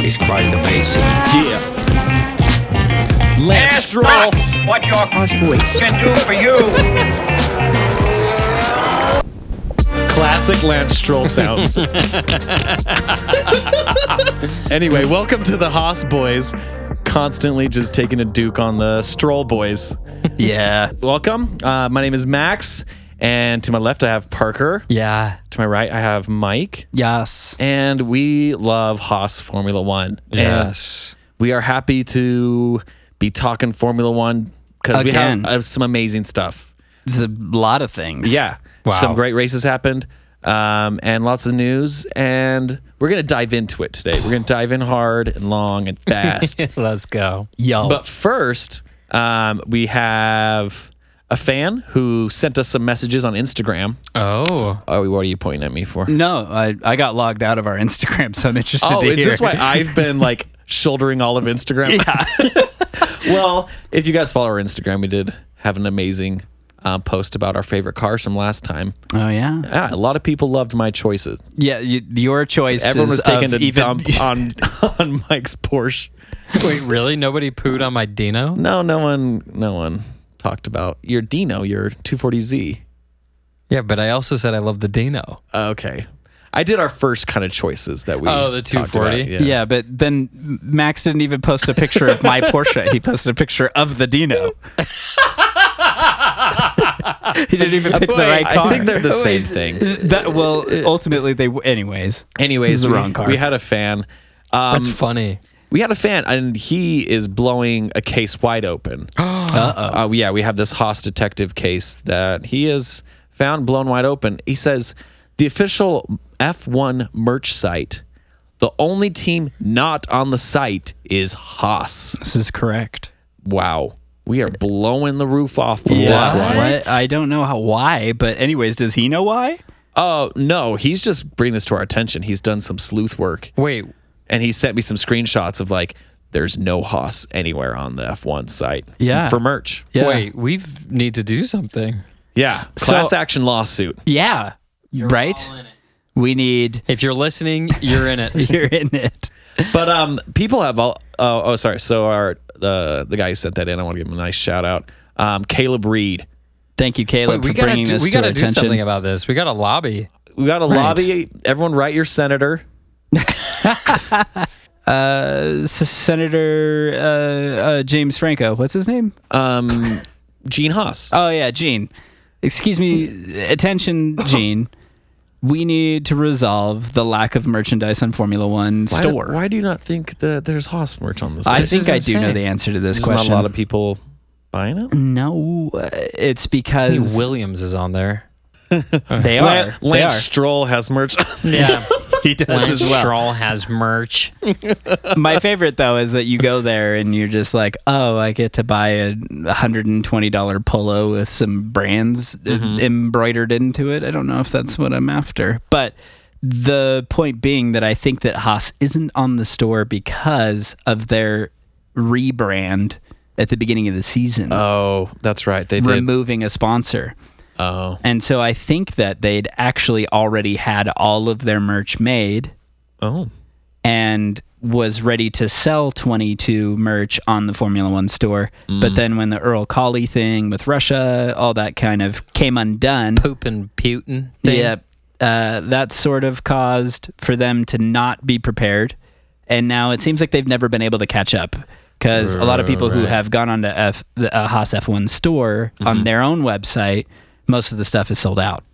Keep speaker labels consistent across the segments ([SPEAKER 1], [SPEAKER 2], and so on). [SPEAKER 1] He's quite the basic.
[SPEAKER 2] Yeah.
[SPEAKER 3] Ask Doc what your
[SPEAKER 1] Harsh voice.
[SPEAKER 3] can do for you.
[SPEAKER 2] Classic Lance Stroll sounds. anyway, welcome to the Haas Boys. Constantly just taking a duke on the Stroll Boys. Yeah. welcome. Uh, my name is Max. And to my left, I have Parker.
[SPEAKER 4] Yeah.
[SPEAKER 2] To my right, I have Mike.
[SPEAKER 4] Yes.
[SPEAKER 2] And we love Haas Formula One. And
[SPEAKER 4] Yes.
[SPEAKER 2] we are happy to be talking Formula One because we have
[SPEAKER 4] Again.
[SPEAKER 2] uh, some amazing stuff.
[SPEAKER 4] There's a lot of things.
[SPEAKER 2] Yeah.
[SPEAKER 4] Wow.
[SPEAKER 2] Some great races happened um, and lots of news. And we're going to dive into it today. We're going to dive in hard and long and fast.
[SPEAKER 4] Let's go. Yo.
[SPEAKER 2] but first, um, we have a fan who sent us some messages on Instagram.
[SPEAKER 5] Oh,
[SPEAKER 2] Oh, what are you pointing at me for?
[SPEAKER 4] no, I, I got logged out of our Instagram, so I'm interested
[SPEAKER 2] Oh,
[SPEAKER 4] to
[SPEAKER 2] is
[SPEAKER 4] hear.
[SPEAKER 2] this why I've been like shouldering all of Instagram? well, if you guys follow our Instagram, we did have an amazing uh, post about our favorite cars from last time.
[SPEAKER 4] oh yeah.
[SPEAKER 2] Yeah, a lot of people loved my choices.
[SPEAKER 4] Yeah. You, your choice.
[SPEAKER 2] Everyone was taking
[SPEAKER 4] of
[SPEAKER 2] a
[SPEAKER 4] even,
[SPEAKER 2] dump on on Mike's Porsche.
[SPEAKER 5] wait, really? Nobody pooed on my Dino?
[SPEAKER 2] No, no one, no one talked about your Dino, your 240Z.
[SPEAKER 5] Yeah, but I also said I love the Dino.
[SPEAKER 2] Oh, Okay, I did our first kind of choices that we.
[SPEAKER 5] Oh, the
[SPEAKER 2] talked about,
[SPEAKER 5] 240?
[SPEAKER 2] Yeah.
[SPEAKER 4] Yeah. but then Max didn't even post a picture of my Porsche. He posted a picture of the Dino. he didn't even pick the right car.
[SPEAKER 2] I think they're the same thing.
[SPEAKER 4] that, well, ultimately they. Anyways,
[SPEAKER 2] Anyways,
[SPEAKER 4] the
[SPEAKER 2] we,
[SPEAKER 4] wrong car.
[SPEAKER 2] we had a fan. Um,
[SPEAKER 5] That's funny.
[SPEAKER 2] we had a fan, and he is blowing a case wide open. Uh, yeah, we have this Haas detective case that he is found blown wide open. He says the official F1 merch site, the only team not on the site is Haas.
[SPEAKER 4] this is correct.
[SPEAKER 2] Wow. We are blowing the roof off from this one.
[SPEAKER 4] What? I don't know how why, but anyways, does he know why?
[SPEAKER 2] Oh, no. He's just bringing this to our attention. He's done some sleuth work
[SPEAKER 5] Wait,
[SPEAKER 2] and he sent me some screenshots of like, there's no Haas anywhere on the F1 site
[SPEAKER 4] Yeah.
[SPEAKER 2] for merch.
[SPEAKER 4] Yeah.
[SPEAKER 5] wait, we need to do something.
[SPEAKER 2] Yeah.
[SPEAKER 4] so-
[SPEAKER 2] Class action lawsuit.
[SPEAKER 4] Yeah. right? We need
[SPEAKER 5] If you're listening, you're in it.
[SPEAKER 4] you're in it.
[SPEAKER 2] But um, people have all. Oh, oh sorry. So our the the guy who sent that in, I want to give him a nice shout out. Um, Caleb Reed.
[SPEAKER 4] Thank you,
[SPEAKER 5] Wait,
[SPEAKER 4] Caleb,
[SPEAKER 5] we
[SPEAKER 4] for
[SPEAKER 5] gotta
[SPEAKER 4] bringing
[SPEAKER 5] do,
[SPEAKER 4] this
[SPEAKER 5] we
[SPEAKER 4] to our
[SPEAKER 5] gotta do
[SPEAKER 4] attention.
[SPEAKER 5] something about this. We gotta lobby.
[SPEAKER 2] We got to lobby everyone. Write your senator.
[SPEAKER 4] S- Senator uh, uh, James Franco. What's his name?
[SPEAKER 2] Um, Gene Haas.
[SPEAKER 4] Oh yeah, Gene. Excuse me, attention, Gene. We need to resolve the lack of merchandise on Formula One
[SPEAKER 2] Why-
[SPEAKER 4] store.
[SPEAKER 2] Why, do you not think that there's Haas merch on this?
[SPEAKER 4] I
[SPEAKER 2] list?
[SPEAKER 4] think I do
[SPEAKER 5] insane.
[SPEAKER 4] know the answer to this
[SPEAKER 2] There's not
[SPEAKER 4] question.
[SPEAKER 2] a lot of people buying it.
[SPEAKER 4] no, uh, it's
[SPEAKER 5] Hey,
[SPEAKER 4] because Uh,
[SPEAKER 5] Williams is on there.
[SPEAKER 4] they are.
[SPEAKER 2] Lan- Lance,
[SPEAKER 4] They are.
[SPEAKER 2] Stroll has merch.
[SPEAKER 5] Yeah.
[SPEAKER 4] He does
[SPEAKER 5] Lance
[SPEAKER 4] as well.
[SPEAKER 5] Stroll has merch.
[SPEAKER 4] My favorite though is that you go there and you're just like, oh, I get to buy a hundred and twenty dollar polo with some brands uh,
[SPEAKER 2] Mm-hmm.
[SPEAKER 4] embroidered into it. I don't know if that's what I'm after, but the point being that I think that Haas isn't on the store because of their rebrand at the beginning of the season,
[SPEAKER 2] oh, that's right. They did.
[SPEAKER 4] removing a sponsor.
[SPEAKER 2] oh,
[SPEAKER 4] And so I think that they'd actually already had all of their merch made
[SPEAKER 2] oh,
[SPEAKER 4] and was ready to sell 22 merch on the Formula One store. But then when the Earl Colley thing with Russia, all that kind of came undone,
[SPEAKER 5] Poop and Putin. Thing.
[SPEAKER 4] yeah, uh, that sort of caused for them to not be prepared. And now it seems like they've never been able to catch up because a lot of people who
[SPEAKER 2] Right.
[SPEAKER 4] have gone onto F, the uh, Haas F1 store on their own website, most of the stuff is sold out.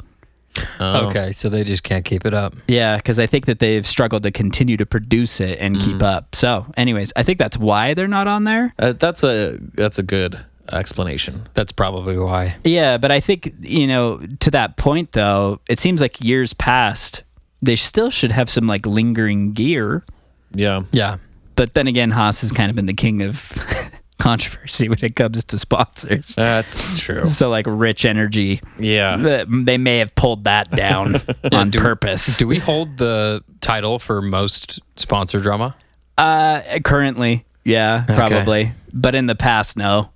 [SPEAKER 2] oh.
[SPEAKER 5] Okay, so they just can't keep it up.
[SPEAKER 4] Yeah, because I think that they've struggled to continue to produce it and
[SPEAKER 5] Mm.
[SPEAKER 4] keep up. So, anyways, I think that's why they're not on there.
[SPEAKER 2] Uh, that's a that's a good explanation.
[SPEAKER 5] That's probably why.
[SPEAKER 4] Yeah, but I think, you know, to that point though, it seems like years past, they still should have some like lingering gear.
[SPEAKER 2] Yeah.
[SPEAKER 5] Yeah.
[SPEAKER 4] But then again, Haas has kind of been the king of controversy when it comes to sponsors.
[SPEAKER 2] That's true.
[SPEAKER 4] So, like rich energy,
[SPEAKER 2] Yeah.
[SPEAKER 4] uh, they may have pulled that down on purpose.
[SPEAKER 5] Do we hold the title for most sponsor drama?
[SPEAKER 4] uh, currently, yeah, probably. But in the past, no.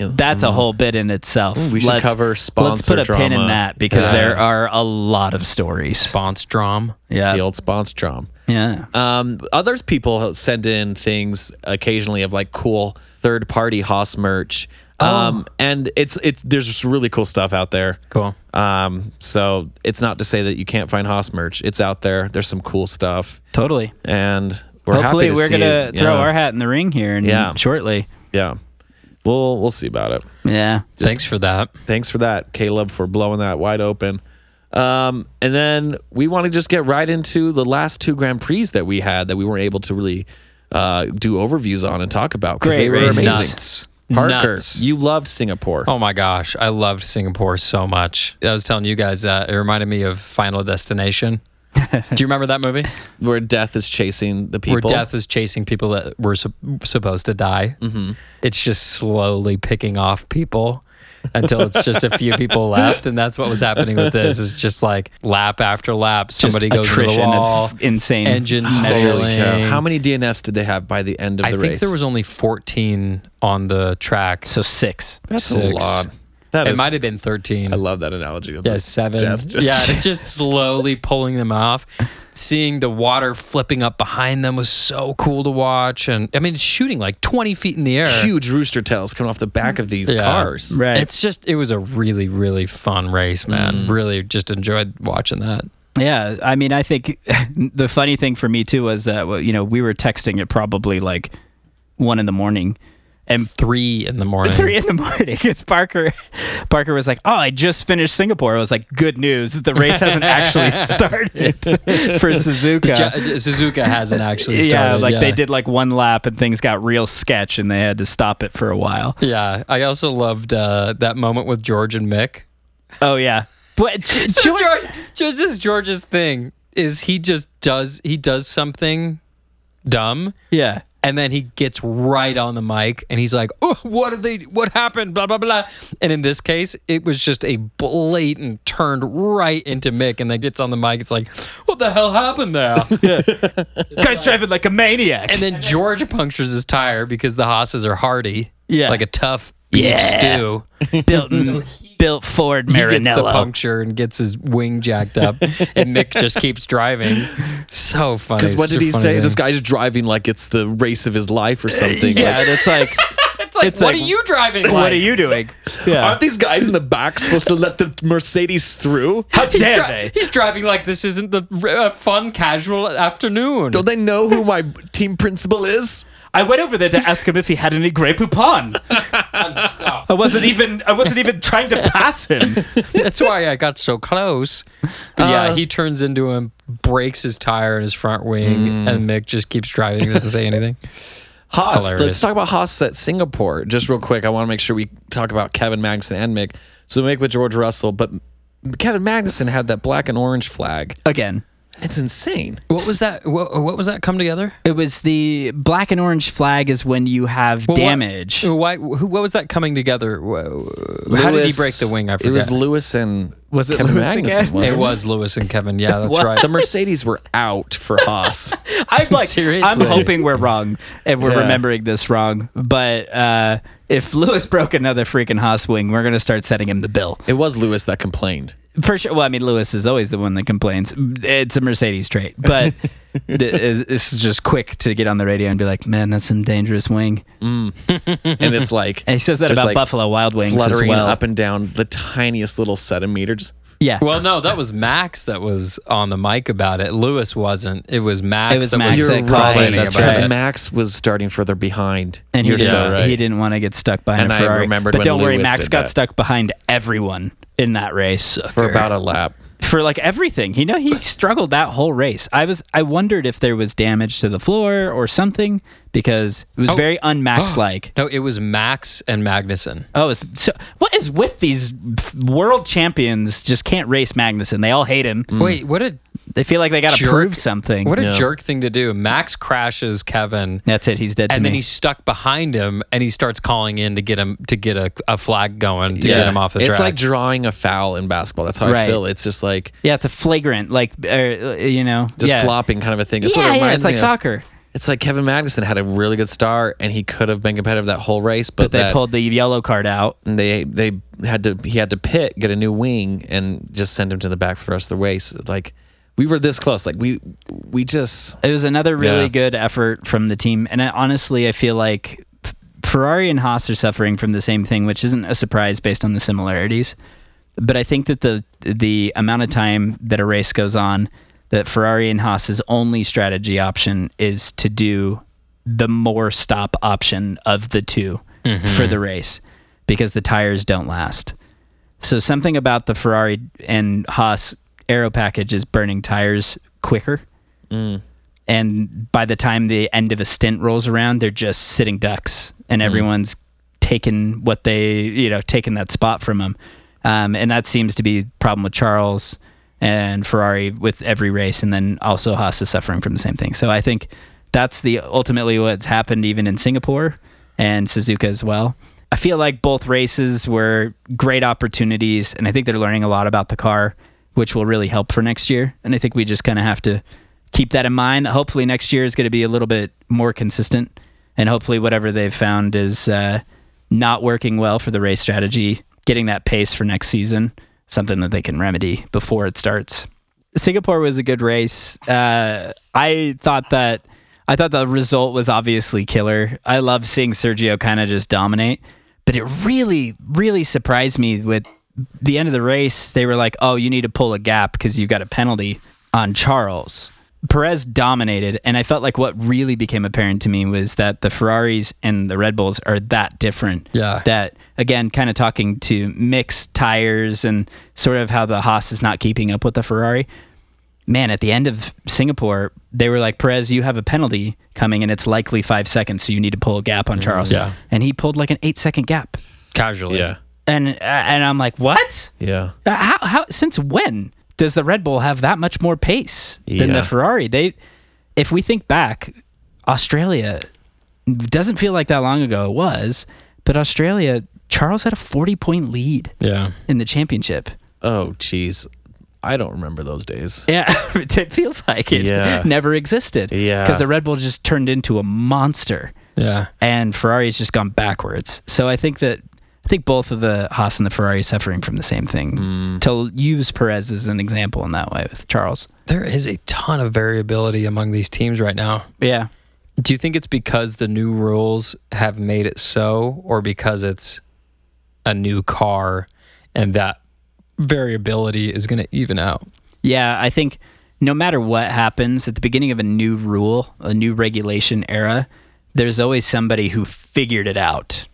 [SPEAKER 4] That's a whole bit in itself.
[SPEAKER 2] Mm. we should cover
[SPEAKER 4] Let's put
[SPEAKER 2] sponsor
[SPEAKER 4] a pin in
[SPEAKER 2] drama.
[SPEAKER 4] that because
[SPEAKER 2] Yeah.
[SPEAKER 4] there are a lot of stories.
[SPEAKER 5] Spons Drom.
[SPEAKER 4] Yeah,
[SPEAKER 2] the old sponsor drum.
[SPEAKER 4] yeah.
[SPEAKER 2] Uh, Um, other people send in things occasionally of like cool third party Haas merch. Um, and it's it's there's just really cool stuff out there.
[SPEAKER 5] Cool.
[SPEAKER 2] Um, so it's not to say that you can't find Haas merch. It's out there. There's some cool stuff,
[SPEAKER 4] totally.
[SPEAKER 2] and we're
[SPEAKER 4] Hopefully,
[SPEAKER 2] happy to
[SPEAKER 4] we're
[SPEAKER 2] see
[SPEAKER 4] gonna
[SPEAKER 2] it.
[SPEAKER 4] throw
[SPEAKER 2] yeah.
[SPEAKER 4] our hat in the ring here and
[SPEAKER 2] Yeah.
[SPEAKER 4] shortly.
[SPEAKER 2] Yeah, we'll we'll see about it.
[SPEAKER 4] Yeah.
[SPEAKER 5] Thanks for that.
[SPEAKER 2] Thanks for that, Caleb, for blowing that wide open. Um, and then we want to just get right into the last two Grand Prix that we had that we weren't able to really uh, do overviews on and talk about because
[SPEAKER 4] Great
[SPEAKER 2] they were
[SPEAKER 4] races.
[SPEAKER 2] amazing.
[SPEAKER 5] Nuts.
[SPEAKER 2] Parker,
[SPEAKER 5] Nuts.
[SPEAKER 2] you loved Singapore.
[SPEAKER 5] Oh my gosh, I loved Singapore so much. I was telling you guys that it reminded me of Final Destination. Do you remember that movie
[SPEAKER 2] Where death is chasing the
[SPEAKER 5] where
[SPEAKER 2] people.
[SPEAKER 5] death is chasing people that were sup- supposed to die?
[SPEAKER 2] Mm-hmm.
[SPEAKER 5] It's just slowly picking off people until it's just a few people left, and that's what was happening with this. It's just like lap after lap, somebody goes to the
[SPEAKER 4] attrition of
[SPEAKER 5] wall,
[SPEAKER 4] insane
[SPEAKER 5] engines
[SPEAKER 4] measures.
[SPEAKER 5] failing.
[SPEAKER 2] How many DNFs did they have by the end of
[SPEAKER 5] I
[SPEAKER 2] the
[SPEAKER 5] think
[SPEAKER 2] race?
[SPEAKER 5] there was only 14 on the track.
[SPEAKER 4] So six.
[SPEAKER 2] That's a
[SPEAKER 5] six.
[SPEAKER 2] lot. That
[SPEAKER 5] it
[SPEAKER 2] is-
[SPEAKER 5] might have been 13.
[SPEAKER 2] I love that analogy. of
[SPEAKER 5] Yeah,
[SPEAKER 2] the
[SPEAKER 5] seven.
[SPEAKER 2] death just-
[SPEAKER 5] yeah, and just slowly pulling them off. Seeing the water flipping up behind them was so cool to watch. And I mean, it's shooting like 20 feet in the air.
[SPEAKER 2] huge rooster tails coming off the back of these
[SPEAKER 5] Yeah.
[SPEAKER 2] cars.
[SPEAKER 4] Right.
[SPEAKER 5] It's just, it was a really, really fun race, man.
[SPEAKER 2] Mm.
[SPEAKER 5] Really just enjoyed watching that.
[SPEAKER 4] Yeah, I mean, I think the funny thing for me too was that well, you know we were texting at probably like one in the morning, and
[SPEAKER 5] Three in the morning.
[SPEAKER 4] three in the morning. Because Parker, Parker was like, "Oh, I just finished Singapore." I was like, "Good news! The race hasn't actually started for Suzuka."
[SPEAKER 5] Ja- Suzuka hasn't actually
[SPEAKER 4] yeah,
[SPEAKER 5] started.
[SPEAKER 4] like they did like one lap and things got real sketch and they had to stop it for a while.
[SPEAKER 5] Yeah. I also loved uh, that moment with George and Mick.
[SPEAKER 4] Oh yeah, but
[SPEAKER 5] So
[SPEAKER 4] George-
[SPEAKER 5] George, George, this is George's thing. Is he just does he does something dumb
[SPEAKER 4] yeah,
[SPEAKER 5] and then he gets right on the mic and he's like, "Oh, what did they? What happened? Blah blah blah." And in this case, it was just a blatant turned right into Mick, and then gets on the mic. It's like, "What the hell happened there?"
[SPEAKER 4] guy's driving like a maniac.
[SPEAKER 5] and then George punctures his tire because the Hosses are hardy,
[SPEAKER 4] Yeah.
[SPEAKER 5] like a tough beef
[SPEAKER 4] Yeah.
[SPEAKER 5] stew.
[SPEAKER 4] built built Ford
[SPEAKER 5] Mm. He gets the
[SPEAKER 4] Marinello.
[SPEAKER 5] puncture and gets his wing jacked up, and Mick just keeps driving. So funny.
[SPEAKER 2] Because what
[SPEAKER 5] Such
[SPEAKER 2] did
[SPEAKER 5] a
[SPEAKER 2] he
[SPEAKER 5] funny
[SPEAKER 2] say?
[SPEAKER 5] thing.
[SPEAKER 2] This guy's driving like it's the race of his life or something. Like,
[SPEAKER 4] Yeah, and it's like,
[SPEAKER 5] It's like,
[SPEAKER 4] It's
[SPEAKER 5] what
[SPEAKER 4] like,
[SPEAKER 5] are you driving like?
[SPEAKER 4] what are you doing? Yeah,
[SPEAKER 2] Aren't these guys in the back supposed to let the Mercedes through? How
[SPEAKER 5] He's,
[SPEAKER 4] dare
[SPEAKER 5] dri-
[SPEAKER 4] they?
[SPEAKER 5] he's driving like this isn't the uh, fun, casual afternoon.
[SPEAKER 2] don't they know who my team principal is?
[SPEAKER 4] I went over there to ask him if he had any Grey Poupon. I wasn't even I wasn't even trying to pass him.
[SPEAKER 5] That's why I got so close. But yeah, he turns into him, breaks his tire in his front wing, and Mick just keeps driving. He doesn't say anything.
[SPEAKER 2] Haas. Let's
[SPEAKER 5] Hilarious.
[SPEAKER 2] talk about Haas at Singapore just real quick. I want to make sure we talk about Kevin Magnussen and Mick. So Mick with George Russell, but Kevin Magnussen had that black and orange flag.
[SPEAKER 4] Again.
[SPEAKER 2] It's insane.
[SPEAKER 5] What was that? What, what was that come together?
[SPEAKER 4] It was the black and orange flag is when you have
[SPEAKER 5] Well, why-
[SPEAKER 4] damage.
[SPEAKER 5] Why? Who, what was that coming together? Wha- How did he
[SPEAKER 2] Lewis-
[SPEAKER 5] break the wing? I forgot.
[SPEAKER 2] It was Lewis and
[SPEAKER 4] Was it
[SPEAKER 2] Kevin
[SPEAKER 4] Lewis
[SPEAKER 2] Magnussen?
[SPEAKER 4] again?
[SPEAKER 2] wasn't it?
[SPEAKER 5] It was Lewis and Kevin. Yeah, that's right.
[SPEAKER 2] The Mercedes were out for Haas.
[SPEAKER 4] I'm like I'm
[SPEAKER 5] Seriously.
[SPEAKER 4] hoping we're wrong and we're
[SPEAKER 2] Yeah.
[SPEAKER 4] remembering this wrong. But uh, if Lewis broke another freaking Haas wing, we're gonna start setting him the bill.
[SPEAKER 2] it was Lewis that complained.
[SPEAKER 4] For sure. Well, I mean, Lewis is always the one that complains. It's a Mercedes trait, but th- this is just quick to get on the radio and be like, "Man, that's some dangerous wing."
[SPEAKER 2] and it's like
[SPEAKER 4] And he says that
[SPEAKER 2] just
[SPEAKER 4] about
[SPEAKER 2] like
[SPEAKER 4] Buffalo Wild Wings as
[SPEAKER 2] fluttering
[SPEAKER 4] well.
[SPEAKER 2] up and down the tiniest little centimeter. Just
[SPEAKER 4] yeah.
[SPEAKER 5] Well, no, that was Max that was on the mic about it. Lewis wasn't. It was Max.
[SPEAKER 4] It was
[SPEAKER 5] that
[SPEAKER 4] Max
[SPEAKER 5] Was
[SPEAKER 4] that
[SPEAKER 5] complaining
[SPEAKER 4] complained, that's
[SPEAKER 5] about
[SPEAKER 4] right.
[SPEAKER 2] because
[SPEAKER 5] it.
[SPEAKER 2] Max was starting further behind,
[SPEAKER 4] and he,
[SPEAKER 2] You're
[SPEAKER 4] didn't,
[SPEAKER 2] so right.
[SPEAKER 4] he didn't want to get stuck behind
[SPEAKER 2] And
[SPEAKER 4] a
[SPEAKER 2] I
[SPEAKER 4] Ferrari.
[SPEAKER 2] remembered
[SPEAKER 4] but
[SPEAKER 2] when
[SPEAKER 4] don't worry,
[SPEAKER 2] Lewis
[SPEAKER 4] Max
[SPEAKER 2] did
[SPEAKER 4] got
[SPEAKER 2] that.
[SPEAKER 4] stuck behind everyone in that race
[SPEAKER 2] for about a lap.
[SPEAKER 4] for like everything. You know, he struggled that whole race. I was I wondered if there was damage to the floor or something because it
[SPEAKER 2] Oh.
[SPEAKER 4] was very unmax like.
[SPEAKER 5] No, it was Max and Magnuson.
[SPEAKER 4] Oh, it's, so what is with these f- world champions? Just can't race Magnuson. They all hate him.
[SPEAKER 2] Mm.
[SPEAKER 5] Wait, what a
[SPEAKER 4] They feel like they got to
[SPEAKER 5] Jerk.
[SPEAKER 4] prove something.
[SPEAKER 5] what a jerk thing to do. Max crashes Kevin,
[SPEAKER 4] That's it. He's dead to
[SPEAKER 5] and
[SPEAKER 4] me.
[SPEAKER 5] then he's stuck behind him, and he starts calling in to get him to get a, a flag going to get him off the track.
[SPEAKER 2] It's like drawing a foul in basketball. That's how
[SPEAKER 4] Right.
[SPEAKER 2] I feel. It's just like
[SPEAKER 4] yeah, it's a flagrant, like uh, you know,
[SPEAKER 2] just
[SPEAKER 4] yeah.
[SPEAKER 2] flopping kind of a thing. That's
[SPEAKER 4] yeah,
[SPEAKER 2] what it
[SPEAKER 4] yeah,
[SPEAKER 2] reminds
[SPEAKER 4] it's like
[SPEAKER 2] me of.
[SPEAKER 4] soccer.
[SPEAKER 2] It's It's like Kevin Magnuson had a really good start and he could have been competitive that whole race, but,
[SPEAKER 4] But they
[SPEAKER 2] that-
[SPEAKER 4] pulled the yellow card out.
[SPEAKER 2] and they they had to he had to pit, get a new wing, and just send him to the back for the rest of the race. Like we were this close. Like we we just
[SPEAKER 4] It was another really
[SPEAKER 2] Yeah.
[SPEAKER 4] good effort from the team, and I, honestly, I feel like F- Ferrari and Haas are suffering from the same thing, which isn't a surprise based on the similarities. But I think that the the amount of time that a race goes on, that Ferrari and Haas's only strategy option is to do the more stop option of the 2 for the race, because the tires don't last. So something about the Ferrari and Haas aero package is burning tires quicker. And by the time the end of a stint rolls around, they're just sitting ducks, and everyone's taken what they you know taken that spot from them. Um, and that seems to be the problem with Charles and Ferrari with every race, and then also Haas is suffering from the same thing. So I think that's the ultimately what's happened even in Singapore and Suzuka as well. I feel like both races were great opportunities, and I think they're learning a lot about the car, which will really help for next year. And I think we just kind of have to keep that in mind. Hopefully, next year is going to be a little bit more consistent, and hopefully, whatever they've found is uh, not working well for the race strategy, getting that pace for next season, something that they can remedy before it starts. Singapore was a good race. Uh, I thought that I thought the result was obviously killer. I love seeing Sergio kind of just dominate, but it really, really surprised me with the end of the race. They were like, "Oh, you need to pull a gap because you got a penalty on Charles." Perez dominated, and I felt like what really became apparent to me was that the Ferraris and the Red Bulls are that different
[SPEAKER 5] Yeah.
[SPEAKER 4] that again kind of talking to mixed tires and sort of how the Haas is not keeping up with the Ferrari. Man, at the end of Singapore, they were like, Perez, you have a penalty coming and it's likely five seconds, so you need to pull a gap on Charles.
[SPEAKER 5] yeah.
[SPEAKER 4] And he pulled like an eight second gap.
[SPEAKER 5] Casually.
[SPEAKER 4] And uh, and I'm like, what?
[SPEAKER 2] yeah
[SPEAKER 4] Uh, How, how since when does the Red Bull have that much more pace than
[SPEAKER 2] Yeah.
[SPEAKER 4] the Ferrari? They, if we think back, Australia doesn't feel like that long ago it was, but Australia Charles had a forty point lead
[SPEAKER 5] Yeah.
[SPEAKER 4] in the championship.
[SPEAKER 2] oh jeez, I don't remember those days.
[SPEAKER 4] Yeah, it feels like it
[SPEAKER 2] Yeah.
[SPEAKER 4] never existed.
[SPEAKER 2] Yeah.
[SPEAKER 4] because the Red Bull just turned into a monster,
[SPEAKER 5] Yeah.
[SPEAKER 4] and Ferrari's just gone backwards. So I think that. I think both of the Haas and the Ferrari are suffering from the same thing.
[SPEAKER 2] Mm.
[SPEAKER 4] To use Perez as an example in that way with Charles.
[SPEAKER 5] There is a ton of variability among these teams right now.
[SPEAKER 4] Yeah.
[SPEAKER 5] Do you think it's because the new rules have made it so, or because it's a new car and that variability is going to even out?
[SPEAKER 4] Yeah, I think no matter what happens at the beginning of a new rule, a new regulation era, there's always somebody who figured it out.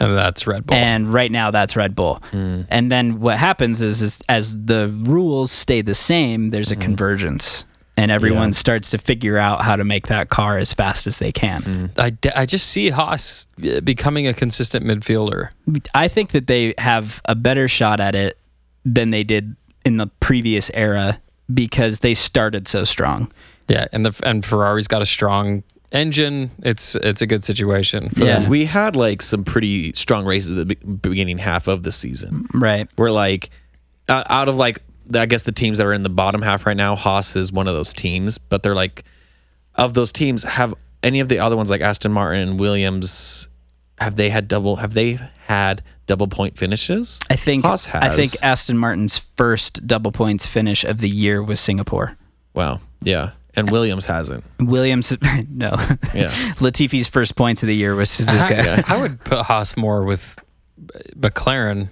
[SPEAKER 5] And that's Red Bull.
[SPEAKER 4] And right now that's Red Bull.
[SPEAKER 2] Hmm.
[SPEAKER 4] And then what happens is, is as the rules stay the same, there's a
[SPEAKER 2] Hmm.
[SPEAKER 4] convergence and everyone starts to figure out how to make that car as fast as they can.
[SPEAKER 2] Hmm.
[SPEAKER 5] I, d- I just see Haas uh, becoming a consistent midfielder.
[SPEAKER 4] I think that they have a better shot at it than they did in the previous era because they started so strong.
[SPEAKER 5] Yeah, and the and Ferrari's got a strong engine. It's it's a good situation for them.
[SPEAKER 4] Yeah.
[SPEAKER 2] We had like some pretty strong races at the be- beginning half of the season.
[SPEAKER 4] Right.
[SPEAKER 2] Where like out out of like the- I guess the teams that are in the bottom half right now, Haas is one of those teams, but they're like of those teams have any of the other ones like Aston Martin, Williams, have they had double have they had double point finishes?
[SPEAKER 4] I think
[SPEAKER 2] Haas has.
[SPEAKER 4] I think Aston Martin's first double points finish of the year was Singapore.
[SPEAKER 2] Wow. Yeah. And Williams hasn't.
[SPEAKER 4] Williams, no,
[SPEAKER 2] Yeah.
[SPEAKER 4] Latifi's first points of the year was
[SPEAKER 5] I,
[SPEAKER 4] Suzuka.
[SPEAKER 5] I would put Haas more with McLaren,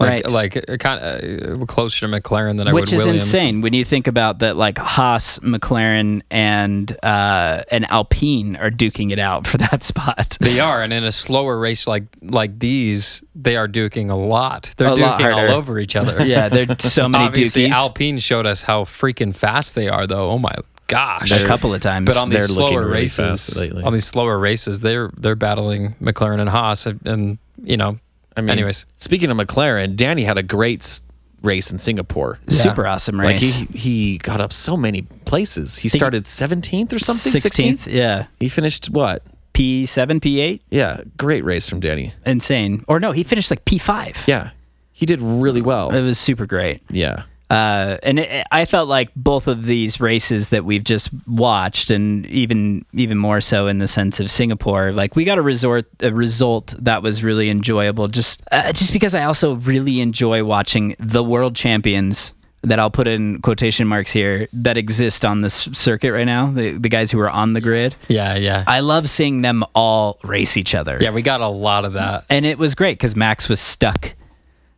[SPEAKER 5] like
[SPEAKER 4] Right.
[SPEAKER 5] like uh, kind of uh, closer to McLaren than I
[SPEAKER 4] Which
[SPEAKER 5] would
[SPEAKER 4] is
[SPEAKER 5] Williams.
[SPEAKER 4] insane when you think about that. Like Haas, McLaren, and uh, and Alpine are duking it out for that spot.
[SPEAKER 5] They are, and in a slower race like like these, they are duking a lot. They're
[SPEAKER 4] A lot
[SPEAKER 5] duking
[SPEAKER 4] harder.
[SPEAKER 5] all over each other.
[SPEAKER 4] yeah, there's so many
[SPEAKER 5] Obviously,
[SPEAKER 4] dukies.
[SPEAKER 5] Alpine showed us how freaking fast they are, though. Oh my gosh!
[SPEAKER 4] a couple of times,
[SPEAKER 5] But on these
[SPEAKER 2] They're looking
[SPEAKER 5] slower
[SPEAKER 2] really
[SPEAKER 5] races,
[SPEAKER 2] fast lately.
[SPEAKER 5] on these slower races, they're they're battling McLaren and Haas, and, and, you know,
[SPEAKER 2] I mean
[SPEAKER 5] anyways,
[SPEAKER 2] Speaking of McLaren, Danny had a great s- race in Singapore.
[SPEAKER 4] super awesome
[SPEAKER 2] Like
[SPEAKER 4] race.
[SPEAKER 2] he, he got up so many places. He started 17th or something. 16th.
[SPEAKER 4] Sixteenth, yeah,
[SPEAKER 2] He finished what?
[SPEAKER 4] P seven, P eight,
[SPEAKER 2] Yeah, great race from Danny.
[SPEAKER 4] insane. Or no, he finished like P five.
[SPEAKER 2] Yeah, he did really well.
[SPEAKER 4] Uh, It was super great.
[SPEAKER 2] Yeah,
[SPEAKER 4] Uh, and it, I felt like both of these races that we've just watched, and even even more so in the sense of Singapore, like we got a resort a result that was really enjoyable. Just uh, just because I also really enjoy watching the world champions that I'll put in quotation marks here that exist on this circuit right now. The the guys who are on the grid.
[SPEAKER 5] Yeah, yeah.
[SPEAKER 4] I love seeing them all race each other.
[SPEAKER 5] yeah, we got a lot of that.
[SPEAKER 4] And it was great because Max was stuck.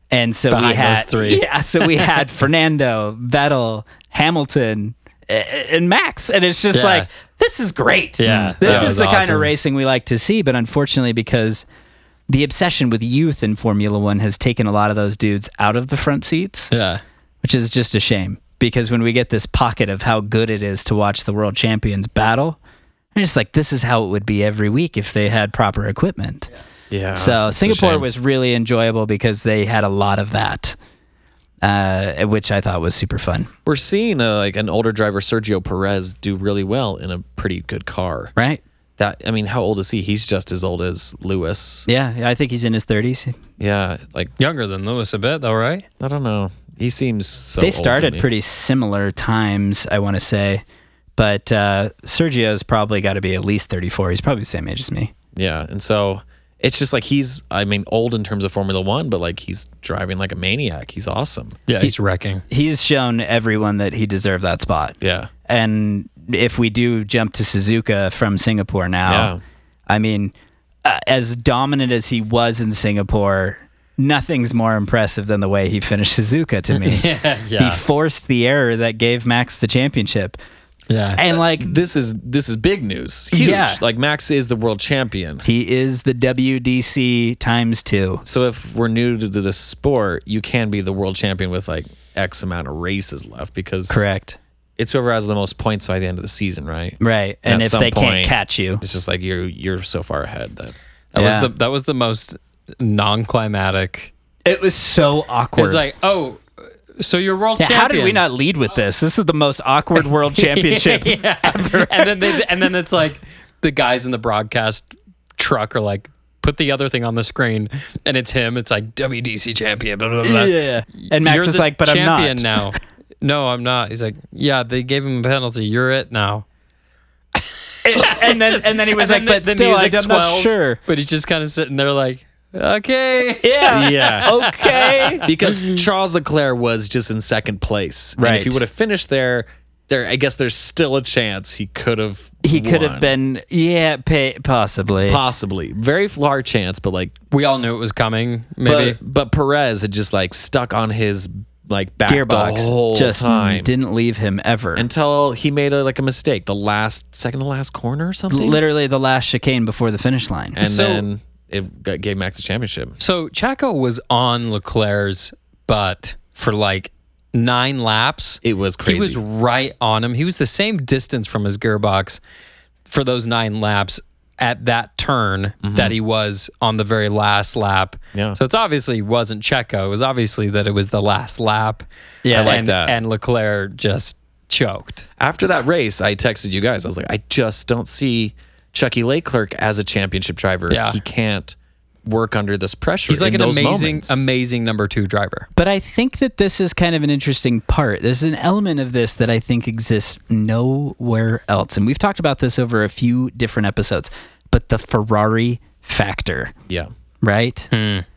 [SPEAKER 4] And so we
[SPEAKER 5] Behind
[SPEAKER 4] had
[SPEAKER 5] those three.
[SPEAKER 4] Yeah, so we had Fernando, Vettel, Hamilton, a- a- and Max. And it's just
[SPEAKER 5] Yeah.
[SPEAKER 4] like this is great.
[SPEAKER 5] Yeah,
[SPEAKER 4] This
[SPEAKER 5] that
[SPEAKER 4] is
[SPEAKER 5] was
[SPEAKER 4] the kind
[SPEAKER 5] awesome.
[SPEAKER 4] of racing we like to see, but unfortunately because the obsession with youth in Formula 1 has taken a lot of those dudes out of the front seats
[SPEAKER 5] Yeah.
[SPEAKER 4] which is just a shame because when we get this pocket of how good it is to watch the world champions battle, I'm just like, this is how it would be every week if they had proper equipment.
[SPEAKER 2] Yeah.
[SPEAKER 4] so
[SPEAKER 5] a
[SPEAKER 4] Singapore
[SPEAKER 5] shame.
[SPEAKER 4] was really enjoyable because they had a lot of that, uh, which I thought was super fun,
[SPEAKER 2] we're seeing uh, like an older driver, Sergio Perez, do really well in a pretty good car.
[SPEAKER 4] right?
[SPEAKER 2] That I mean, how old is he? He's just as old as Lewis.
[SPEAKER 4] Yeah, I think he's in his 30s.
[SPEAKER 2] Yeah, like
[SPEAKER 5] Younger than Lewis a bit, though, right?
[SPEAKER 2] I don't know. He seems so.
[SPEAKER 4] they
[SPEAKER 2] old to
[SPEAKER 4] started
[SPEAKER 2] me.
[SPEAKER 4] pretty similar times, I want to say. But uh, Sergio's probably got to be at least 34. He's probably the same age as me.
[SPEAKER 2] Yeah, and so it's just like he's. I mean, old in terms of Formula One, but like he's driving like a maniac. He's awesome.
[SPEAKER 5] Yeah, he's wrecking.
[SPEAKER 4] He's shown everyone that he deserved that spot.
[SPEAKER 2] Yeah.
[SPEAKER 4] And if we do jump to Suzuka from Singapore now,
[SPEAKER 2] Yeah.
[SPEAKER 4] I mean, uh, as dominant as he was in Singapore, nothing's more impressive than the way he finished Suzuka to me. He
[SPEAKER 5] yeah.
[SPEAKER 4] forced the error that gave Max the championship.
[SPEAKER 5] Yeah.
[SPEAKER 4] And like,
[SPEAKER 2] This is this is big news. Huge.
[SPEAKER 4] Yeah.
[SPEAKER 2] Like Max is the world champion.
[SPEAKER 4] he is the WDC times two.
[SPEAKER 2] So if we're new to the sport, you can be the world champion with like X amount of races left because
[SPEAKER 4] Correct.
[SPEAKER 2] it's whoever has the most points by the end of the season, right?
[SPEAKER 4] Right. And
[SPEAKER 2] At
[SPEAKER 4] if
[SPEAKER 2] some
[SPEAKER 4] they can't
[SPEAKER 2] point,
[SPEAKER 4] catch you,
[SPEAKER 2] It's just like you're you're so far ahead that
[SPEAKER 5] That was
[SPEAKER 4] Yeah.
[SPEAKER 5] the that was the most non-climatic.
[SPEAKER 4] it was so awkward.
[SPEAKER 5] It's like, oh, so you're world
[SPEAKER 4] Yeah,
[SPEAKER 5] champion.
[SPEAKER 4] how did we not lead with this? This is the most awkward world championship
[SPEAKER 5] and then they, and then it's like the guys in the broadcast truck are like, put the other thing on the screen, and it's him. It's like WDC champion. Blah, blah, blah.
[SPEAKER 4] Yeah. And Max
[SPEAKER 5] You're
[SPEAKER 4] is
[SPEAKER 5] the
[SPEAKER 4] like, but I'm
[SPEAKER 5] champion
[SPEAKER 4] not.
[SPEAKER 5] now. No, I'm not. He's like, yeah, they gave him a penalty. You're it now.
[SPEAKER 4] And then,
[SPEAKER 5] Just-
[SPEAKER 4] and then he was
[SPEAKER 5] then
[SPEAKER 4] like, but
[SPEAKER 5] the, the
[SPEAKER 4] still,
[SPEAKER 5] music
[SPEAKER 4] I'm not
[SPEAKER 5] swells,
[SPEAKER 4] sure.
[SPEAKER 5] But he's just kind of sitting there like, okay.
[SPEAKER 4] Yeah.
[SPEAKER 2] yeah.
[SPEAKER 4] Okay.
[SPEAKER 2] because Charles Leclerc was just in second place. And if
[SPEAKER 4] Right.
[SPEAKER 2] he would have finished there, there I guess there's still a chance he could have
[SPEAKER 4] He could
[SPEAKER 2] won.
[SPEAKER 4] have been, yeah, pa possibly.
[SPEAKER 2] possibly very far chance, but like
[SPEAKER 5] We all knew it was coming. Maybe.
[SPEAKER 2] but, but Perez had just like stuck on his like back the whole
[SPEAKER 4] Gearbox just
[SPEAKER 2] time
[SPEAKER 4] didn't leave him ever. And
[SPEAKER 2] until he made a, like a mistake the last second to last corner or something.
[SPEAKER 4] literally the last chicane before the finish line.
[SPEAKER 2] and
[SPEAKER 5] So-
[SPEAKER 2] then it got, gave Max the championship.
[SPEAKER 5] So Chaco was on Leclerc's butt for like nine laps.
[SPEAKER 2] It was crazy.
[SPEAKER 5] He was right on him. He was the same distance from his gearbox for those nine laps at that turn that he was on the very last lap.
[SPEAKER 2] Mm-hmm. Yeah.
[SPEAKER 5] So it's obviously wasn't Checo. It was obviously that it was the last lap.
[SPEAKER 4] Yeah, I like
[SPEAKER 5] and,
[SPEAKER 2] that.
[SPEAKER 5] And Leclerc just choked.
[SPEAKER 2] After that race, I texted you guys. I was like, I just don't see Chucky Leclerc as a championship driver.
[SPEAKER 5] Yeah.
[SPEAKER 2] He can't work under this pressure.
[SPEAKER 5] He's like
[SPEAKER 2] in
[SPEAKER 5] an
[SPEAKER 2] those
[SPEAKER 5] amazing,
[SPEAKER 2] moments.
[SPEAKER 5] amazing number two driver.
[SPEAKER 4] But I think that this is kind of an interesting part. There's an element of this that I think exists nowhere else. And we've talked about this over a few different episodes, but the Ferrari factor,
[SPEAKER 2] yeah.
[SPEAKER 4] right?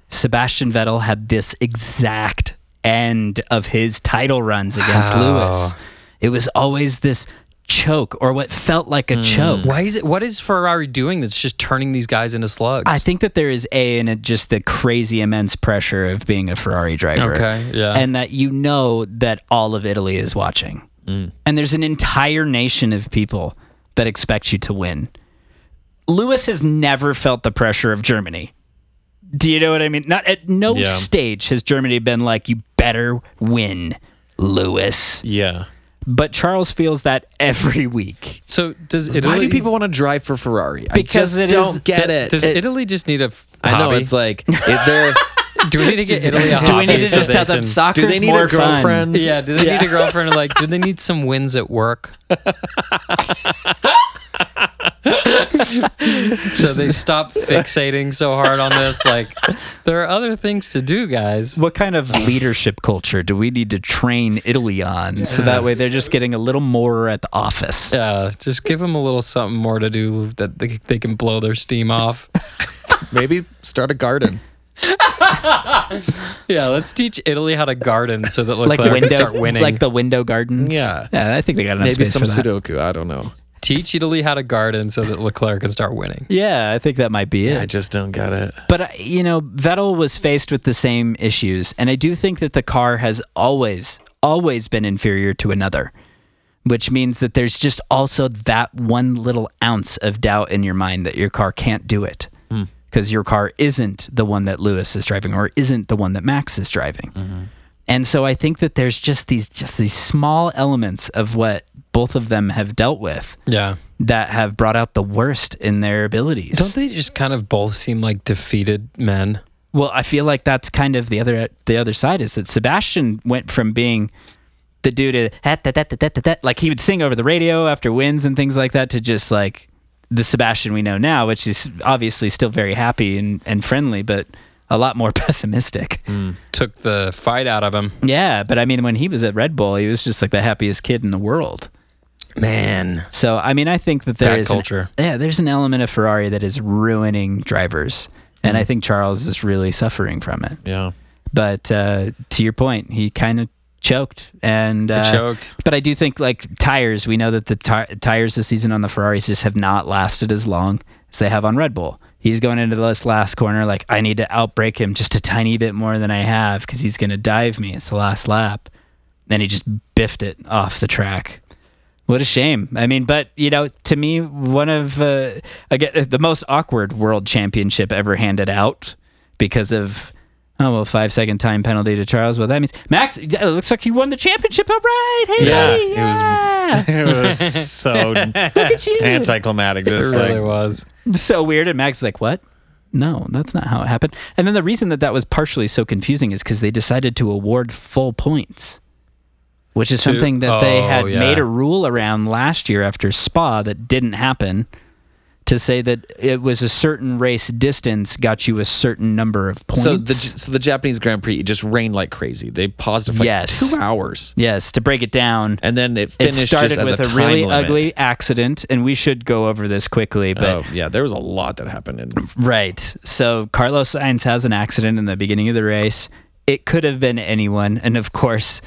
[SPEAKER 4] Sebastian Vettel had this exact end of his title runs against Lewis. It was always this choke or what felt like a choke.
[SPEAKER 5] Why is it? What is Ferrari doing that's just turning these guys into slugs?
[SPEAKER 4] I think that there is a and it just the crazy immense pressure of being a Ferrari driver.
[SPEAKER 5] Okay, yeah.
[SPEAKER 4] And that you know that all of Italy is watching.
[SPEAKER 2] Mm.
[SPEAKER 4] And there's an entire nation of people that expect you to win. Lewis has never felt the pressure of Germany. Do you know what I mean? Not at no
[SPEAKER 2] Yeah.
[SPEAKER 4] stage has Germany been like you better win, Lewis.
[SPEAKER 2] Yeah.
[SPEAKER 4] But Charles feels that every week.
[SPEAKER 5] so does Italy?
[SPEAKER 2] Why do people want to drive for Ferrari?
[SPEAKER 4] Because
[SPEAKER 2] I
[SPEAKER 4] it
[SPEAKER 2] just don't
[SPEAKER 4] is-
[SPEAKER 2] get
[SPEAKER 5] Do-
[SPEAKER 2] it.
[SPEAKER 5] Does
[SPEAKER 2] It-
[SPEAKER 5] Italy just need a? f-
[SPEAKER 2] I know
[SPEAKER 5] hobby?
[SPEAKER 2] it's like if they're
[SPEAKER 5] Do we need to get Italy a
[SPEAKER 4] Do we
[SPEAKER 5] hobby
[SPEAKER 4] need to
[SPEAKER 5] so
[SPEAKER 4] just
[SPEAKER 5] they
[SPEAKER 4] tell them
[SPEAKER 5] can-
[SPEAKER 4] soccer's
[SPEAKER 2] do Ah, they need
[SPEAKER 4] more
[SPEAKER 2] a girlfriend?
[SPEAKER 4] fun?
[SPEAKER 5] Yeah, do they need a girlfriend? Or like, do they need some wins at work? so they stop fixating so hard on this. Like, there are other things to do, guys.
[SPEAKER 4] What kind of leadership culture do we need to train Italy on? So that way they're just getting a little more at the office.
[SPEAKER 5] Yeah, just give them a little something more to do that they, they can blow their steam off.
[SPEAKER 2] Maybe start a garden.
[SPEAKER 5] Yeah, let's teach Italy how to garden so that look like,
[SPEAKER 4] the
[SPEAKER 5] they can start winning.
[SPEAKER 4] like the window gardens.
[SPEAKER 2] Yeah.
[SPEAKER 4] yeah. I think they got enough
[SPEAKER 2] Maybe
[SPEAKER 4] space
[SPEAKER 2] some
[SPEAKER 4] for that.
[SPEAKER 2] Sudoku. I don't know.
[SPEAKER 5] teach Italy how to garden so that Leclerc can start winning.
[SPEAKER 4] Yeah, I think that might be
[SPEAKER 2] I
[SPEAKER 4] it.
[SPEAKER 2] just don't get it.
[SPEAKER 4] But uh, you know, Vettel was faced with the same issues, and I do think that the car has always, always been inferior to another, which means that there's just also that one little ounce of doubt in your mind that your car can't do it
[SPEAKER 5] Hmm.
[SPEAKER 4] because your car isn't the one that Lewis is driving or isn't the one that Max is driving.
[SPEAKER 5] Mm-hmm.
[SPEAKER 4] And so I think that there's just these just these small elements of what both of them have dealt with
[SPEAKER 5] Yeah.
[SPEAKER 4] that have brought out the worst in their abilities.
[SPEAKER 5] Don't they just kind of both seem like defeated men?
[SPEAKER 4] Well, I feel like that's kind of the other the other side is that Sebastian went from being the dude to, "Ah, da, da, da, da, da, da," like he would sing over the radio after wins and things like that to just like the Sebastian we know now, which is obviously still very happy and, and friendly, but a lot more pessimistic.
[SPEAKER 5] Mm. Took the fight out of him.
[SPEAKER 4] Yeah, but I mean, when he was at Red Bull, he was just like the happiest kid in the world.
[SPEAKER 5] Man.
[SPEAKER 4] So I mean, I think that there
[SPEAKER 5] Bad
[SPEAKER 4] is an-
[SPEAKER 5] culture.
[SPEAKER 4] yeah, there's an element of Ferrari that is ruining drivers, and
[SPEAKER 5] Mm.
[SPEAKER 4] I think Charles is really suffering from it.
[SPEAKER 2] Yeah.
[SPEAKER 4] But uh, to your point, he kind of choked and uh,
[SPEAKER 5] choked.
[SPEAKER 4] But I do think like tires, we know that the ti- tires this season on the Ferraris just have not lasted as long as they have on Red Bull. He's going into this last corner like I need to outbreak him just a tiny bit more than I have because he's going to dive me. It's the last lap. Then he just biffed it off the track. What a shame. I mean, but you know, to me, one of uh, again the most awkward world championship ever handed out because of oh well, five second time penalty to Charles. Well, that means Max. It looks like he won the championship. All right, hey
[SPEAKER 2] Yeah,
[SPEAKER 4] buddy,
[SPEAKER 2] it was-
[SPEAKER 4] yeah.
[SPEAKER 2] It was so
[SPEAKER 4] look at you.
[SPEAKER 2] anticlimactic.
[SPEAKER 5] It
[SPEAKER 2] Just
[SPEAKER 5] really
[SPEAKER 2] like,
[SPEAKER 5] was.
[SPEAKER 4] so weird. And Max is like, what? No, that's not how it happened. And then the reason that that was partially so confusing is because they decided to award full points, which is
[SPEAKER 5] To-
[SPEAKER 4] something that they
[SPEAKER 5] oh,
[SPEAKER 4] had
[SPEAKER 5] yeah.
[SPEAKER 4] made a rule around last year after Spa that didn't happen to say that it was a certain race distance got you a certain number of points.
[SPEAKER 2] so the so the Japanese Grand Prix it just rained like crazy. They paused it for like
[SPEAKER 4] Yes.
[SPEAKER 2] two hours,
[SPEAKER 4] yes, to break it down.
[SPEAKER 2] and then it
[SPEAKER 4] It
[SPEAKER 2] finished
[SPEAKER 4] started
[SPEAKER 2] just as
[SPEAKER 4] with a,
[SPEAKER 2] time
[SPEAKER 4] really
[SPEAKER 2] limit.
[SPEAKER 4] ugly accident, and we should go over this quickly. But
[SPEAKER 2] Oh yeah, there was a lot that happened in
[SPEAKER 4] Right. So Carlos Sainz has an accident in the beginning of the race. It could have been anyone, and of course,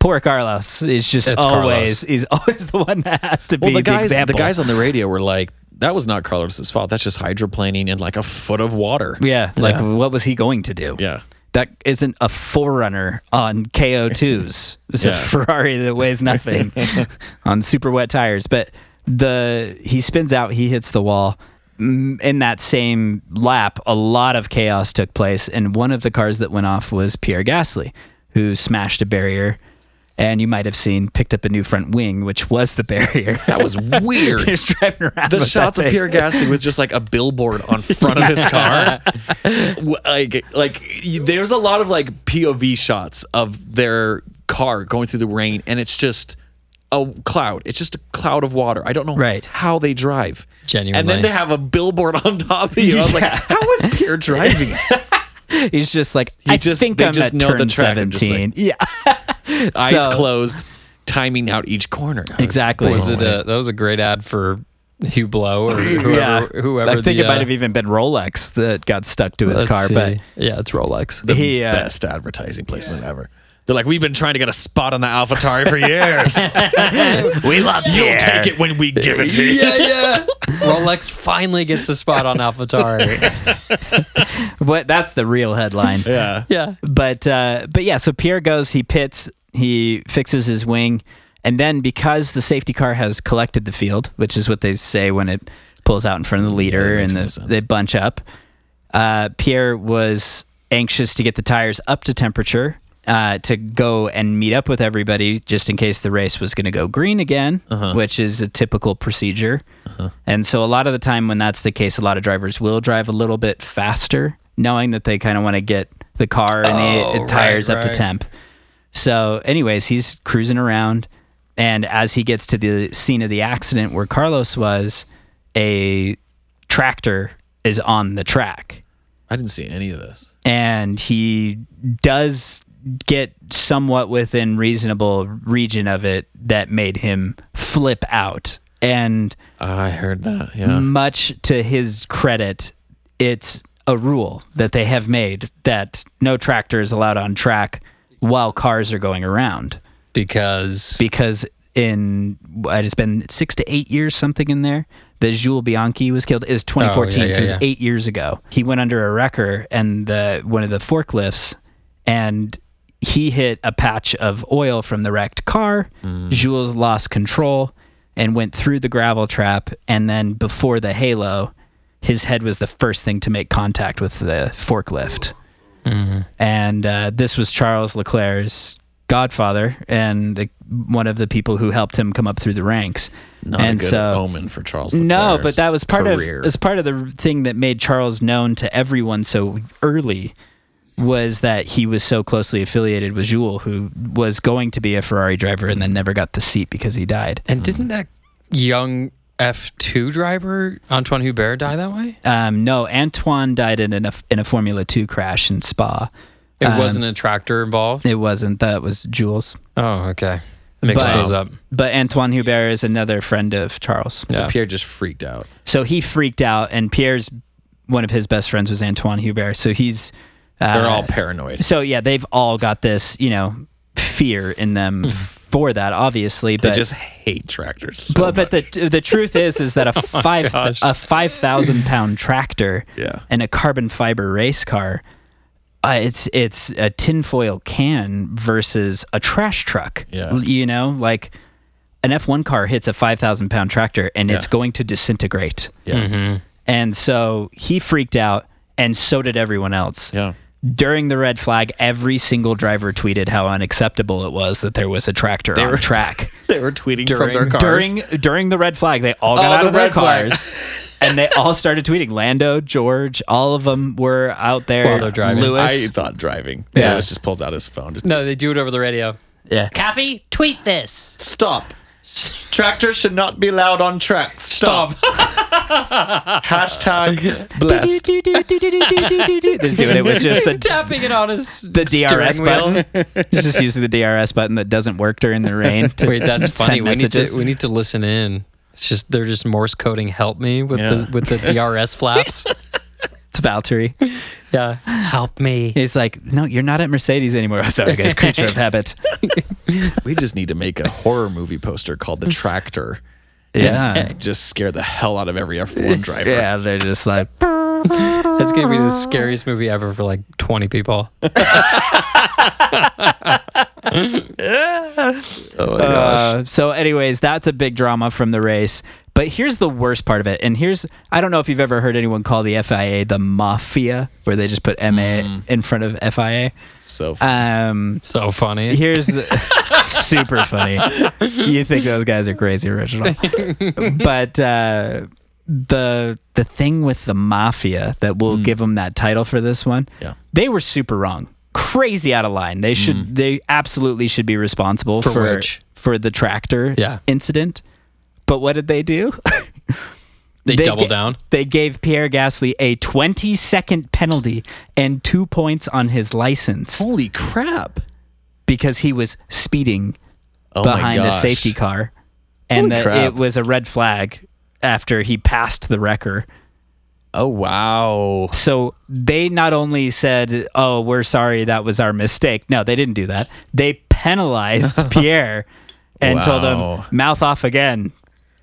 [SPEAKER 4] poor Carlos is just
[SPEAKER 5] It's
[SPEAKER 4] always
[SPEAKER 5] Carlos.
[SPEAKER 4] he's always the one that has to be
[SPEAKER 2] Well, the
[SPEAKER 4] the,
[SPEAKER 2] guys, the,
[SPEAKER 4] example.
[SPEAKER 2] guys on the radio were like, "That was not Carlos's fault. That's just hydroplaning in like a foot of water."
[SPEAKER 4] yeah, like what was he going to do?
[SPEAKER 2] Yeah.
[SPEAKER 4] That isn't a forerunner on KO2s. It's a
[SPEAKER 2] Yeah.
[SPEAKER 4] Ferrari that weighs nothing on super wet tires. But the he spins out, he hits the wall. Mm, In that same lap, a lot of chaos took place, and one of the cars that went off was Pierre Gasly, who smashed a barrier. And you might have seen picked up a new front wing, which was the barrier.
[SPEAKER 2] That was
[SPEAKER 4] He
[SPEAKER 2] weird.
[SPEAKER 4] was driving around.
[SPEAKER 2] the
[SPEAKER 4] with
[SPEAKER 2] shots
[SPEAKER 4] that thing.
[SPEAKER 2] of Pierre Gasly was just like a billboard on front of his car. W- like, like y- there's a lot of like POV shots of their car going through the rain, and it's just a cloud. It's just a cloud of water. I don't know
[SPEAKER 4] Right.
[SPEAKER 2] how they drive. And
[SPEAKER 5] Genuinely.
[SPEAKER 2] then they have a billboard on top of you. I was like,
[SPEAKER 4] Yeah.
[SPEAKER 2] how is Pierre driving?
[SPEAKER 4] He's just like, I
[SPEAKER 2] just-
[SPEAKER 4] think
[SPEAKER 2] they
[SPEAKER 4] I'm
[SPEAKER 2] just
[SPEAKER 4] at
[SPEAKER 2] know the
[SPEAKER 4] turn
[SPEAKER 2] track and just like-
[SPEAKER 4] 17. yeah.
[SPEAKER 2] Eyes
[SPEAKER 4] So-
[SPEAKER 2] closed, timing out each corner. I was
[SPEAKER 4] Exactly.
[SPEAKER 2] blown
[SPEAKER 5] Was it
[SPEAKER 2] away.
[SPEAKER 5] a, that was a great ad for Hublot or whoever, whoever
[SPEAKER 4] I think
[SPEAKER 5] the,
[SPEAKER 4] it might
[SPEAKER 5] uh,
[SPEAKER 4] have even been Rolex that got stuck to his
[SPEAKER 5] let's
[SPEAKER 4] car,
[SPEAKER 5] see.
[SPEAKER 4] but
[SPEAKER 5] yeah, it's Rolex.
[SPEAKER 4] he uh,
[SPEAKER 2] best advertising placement ever. They're like, we've been trying to get a spot on the AlphaTauri for years. we love you. You'll take it when we give it to you.
[SPEAKER 5] yeah, yeah. Rolex finally gets a spot on AlphaTauri.
[SPEAKER 4] what that's the real headline.
[SPEAKER 2] Yeah.
[SPEAKER 5] yeah.
[SPEAKER 4] But uh, but yeah, so Pierre goes, he pits, he fixes his wing, and then because the safety car has collected the field, which is what they say when it pulls out in front of the leader
[SPEAKER 2] Yeah, that
[SPEAKER 4] and
[SPEAKER 2] makes no
[SPEAKER 4] the,
[SPEAKER 2] sense.
[SPEAKER 4] they bunch up. Uh, Pierre was anxious to get the tires up to temperature uh, to go and meet up with everybody just in case the race was going to go green again,
[SPEAKER 5] Uh-huh.
[SPEAKER 4] which is a typical procedure. And so, a lot of the time, when that's the case, a lot of drivers will drive a little bit faster, knowing that they kind of want to get the car and the
[SPEAKER 5] Oh,
[SPEAKER 4] tires
[SPEAKER 5] right,
[SPEAKER 4] up to
[SPEAKER 5] right.
[SPEAKER 4] temp. So, anyways, he's cruising around, and as he gets to the scene of the accident where Carlos was, a tractor is on the track
[SPEAKER 2] I didn't see any of this.
[SPEAKER 4] and he does get somewhat within reasonable region of it that made him flip out and
[SPEAKER 2] I heard that.
[SPEAKER 4] Mm.
[SPEAKER 2] Yeah.
[SPEAKER 4] much to his credit it's a rule that they have made that no tractor is allowed on track while cars are going around
[SPEAKER 5] because
[SPEAKER 4] because in it has been six to eight years, something in there. That Jules Bianchi was killed is 2014,
[SPEAKER 5] Oh, yeah,
[SPEAKER 4] so it was
[SPEAKER 5] yeah, yeah.
[SPEAKER 4] eight years ago. He went under a wrecker and the one of the forklifts, and he hit a patch of oil from the wrecked car.
[SPEAKER 5] Mm.
[SPEAKER 4] Jules lost control and went through the gravel trap, and then before the halo, his head was the first thing to make contact with the forklift and uh, this was Charles Leclerc's godfather and the, one of the people who helped him come up through the ranks.
[SPEAKER 2] Not
[SPEAKER 4] and
[SPEAKER 2] a good
[SPEAKER 4] so,
[SPEAKER 2] omen for Charles.
[SPEAKER 4] no, but
[SPEAKER 2] Leclerc's
[SPEAKER 4] that was part
[SPEAKER 2] career.
[SPEAKER 4] of as part of the thing that made Charles known to everyone so early was that he was so closely affiliated with Jules, who was going to be a Ferrari driver and then never got the seat because he died.
[SPEAKER 5] and didn't that young F two driver Antoine Hubert die that way?
[SPEAKER 4] Um, no, Antoine died in a in a Formula Two crash in Spa.
[SPEAKER 5] It wasn't a tractor involved.
[SPEAKER 4] It wasn't that was Jules.
[SPEAKER 5] oh, okay. Mix
[SPEAKER 4] But-
[SPEAKER 5] those up.
[SPEAKER 4] But Antoine Hubert is another friend of Charles.
[SPEAKER 2] so
[SPEAKER 5] yeah.
[SPEAKER 2] Pierre just freaked out.
[SPEAKER 4] So he freaked out, and Pierre's one of his best friends was Antoine Hubert. So he's uh,
[SPEAKER 2] They're all paranoid.
[SPEAKER 4] So yeah, they've all got this, you know, fear in them for that, obviously.
[SPEAKER 2] They
[SPEAKER 4] But
[SPEAKER 2] just hate tractors. so
[SPEAKER 4] but, but
[SPEAKER 2] much. Oh
[SPEAKER 4] the the truth is is that a five a five thousand pound tractor
[SPEAKER 2] Yeah.
[SPEAKER 4] and a carbon fiber race car, uh, it's it's a tinfoil can versus a trash truck.
[SPEAKER 2] Yeah.
[SPEAKER 4] L- you know, like an F one car hits a five thousand pound tractor and it's
[SPEAKER 2] Yeah.
[SPEAKER 4] going to disintegrate.
[SPEAKER 2] yeah.
[SPEAKER 4] Mm-hmm. And so he freaked out, and so did everyone else.
[SPEAKER 2] Yeah.
[SPEAKER 4] During the red flag, every single driver tweeted how unacceptable it was that there was a tractor on
[SPEAKER 2] were-
[SPEAKER 4] track.
[SPEAKER 2] They were tweeting
[SPEAKER 5] During-
[SPEAKER 2] from their cars.
[SPEAKER 4] During during the red flag, they all got
[SPEAKER 2] Oh,
[SPEAKER 4] out
[SPEAKER 2] the
[SPEAKER 4] of their
[SPEAKER 2] red flag.
[SPEAKER 4] cars, and they all started tweeting. Lando, George, all of them were out there.
[SPEAKER 5] While they're driving.
[SPEAKER 4] Lewis,
[SPEAKER 2] I thought driving.
[SPEAKER 4] Yeah.
[SPEAKER 2] Yeah. just pulls out his phone. Just,
[SPEAKER 5] No, they do it over the radio.
[SPEAKER 4] yeah.
[SPEAKER 5] Coffee, tweet this.
[SPEAKER 2] Stop. Tractors should not be allowed on tracks. Stop. Hashtag blessed.
[SPEAKER 4] Do, do, do, do, do, do, do, do, do. They're doing it with just
[SPEAKER 5] He's
[SPEAKER 4] the,
[SPEAKER 5] tapping it on his
[SPEAKER 4] the DRS button. He's just using the DRS button that doesn't work during the rain. To
[SPEAKER 5] Wait, that's
[SPEAKER 4] send
[SPEAKER 5] funny. We need to
[SPEAKER 4] messages.
[SPEAKER 5] we need to listen in. It's just they're just Morse coding help me with
[SPEAKER 2] Yeah.
[SPEAKER 5] the with the DRS flaps.
[SPEAKER 4] It's Valtteri.
[SPEAKER 5] yeah. Help me.
[SPEAKER 4] He's like, no, you're not at Mercedes anymore. I'm sorry, guys. Creature of habit.
[SPEAKER 2] We just need to make a horror movie poster called The Tractor.
[SPEAKER 4] Yeah.
[SPEAKER 2] Just scare the hell out of every F1 driver.
[SPEAKER 4] Yeah, they're just like,
[SPEAKER 5] That's gonna be the scariest movie ever for like twenty people.
[SPEAKER 2] Oh,
[SPEAKER 4] uh, so, anyways, that's a big drama from the race. But here's the worst part of it. And here's, I don't know if you've ever heard anyone call the FIA the mafia, where they just put MA in front of FIA.
[SPEAKER 2] So
[SPEAKER 4] Um,
[SPEAKER 5] So funny.
[SPEAKER 4] here's super funny. You think those guys are crazy original, but uh, the the thing with the mafia that will give them that title for this one,
[SPEAKER 2] Yeah.
[SPEAKER 4] they were super wrong, crazy out of line. They should they absolutely should be responsible for
[SPEAKER 5] For
[SPEAKER 4] for,
[SPEAKER 5] which?
[SPEAKER 4] the tractor
[SPEAKER 5] Yeah.
[SPEAKER 4] incident. But what did they do?
[SPEAKER 5] They, double
[SPEAKER 4] ga-
[SPEAKER 5] down.
[SPEAKER 4] They gave Pierre Gasly a 20 second penalty and two points on his license
[SPEAKER 2] holy crap.
[SPEAKER 4] because he was speeding
[SPEAKER 2] Oh
[SPEAKER 4] behind
[SPEAKER 2] my
[SPEAKER 4] a
[SPEAKER 2] gosh.
[SPEAKER 4] safety car, and
[SPEAKER 2] Holy
[SPEAKER 4] that
[SPEAKER 2] crap.
[SPEAKER 4] it was a red flag after he passed the wrecker.
[SPEAKER 2] Oh wow.
[SPEAKER 4] So they not only said, "Oh, we're sorry, that was our mistake." No, they didn't do that. They penalized Pierre and told
[SPEAKER 2] Wow.
[SPEAKER 4] him, "Mouth off again,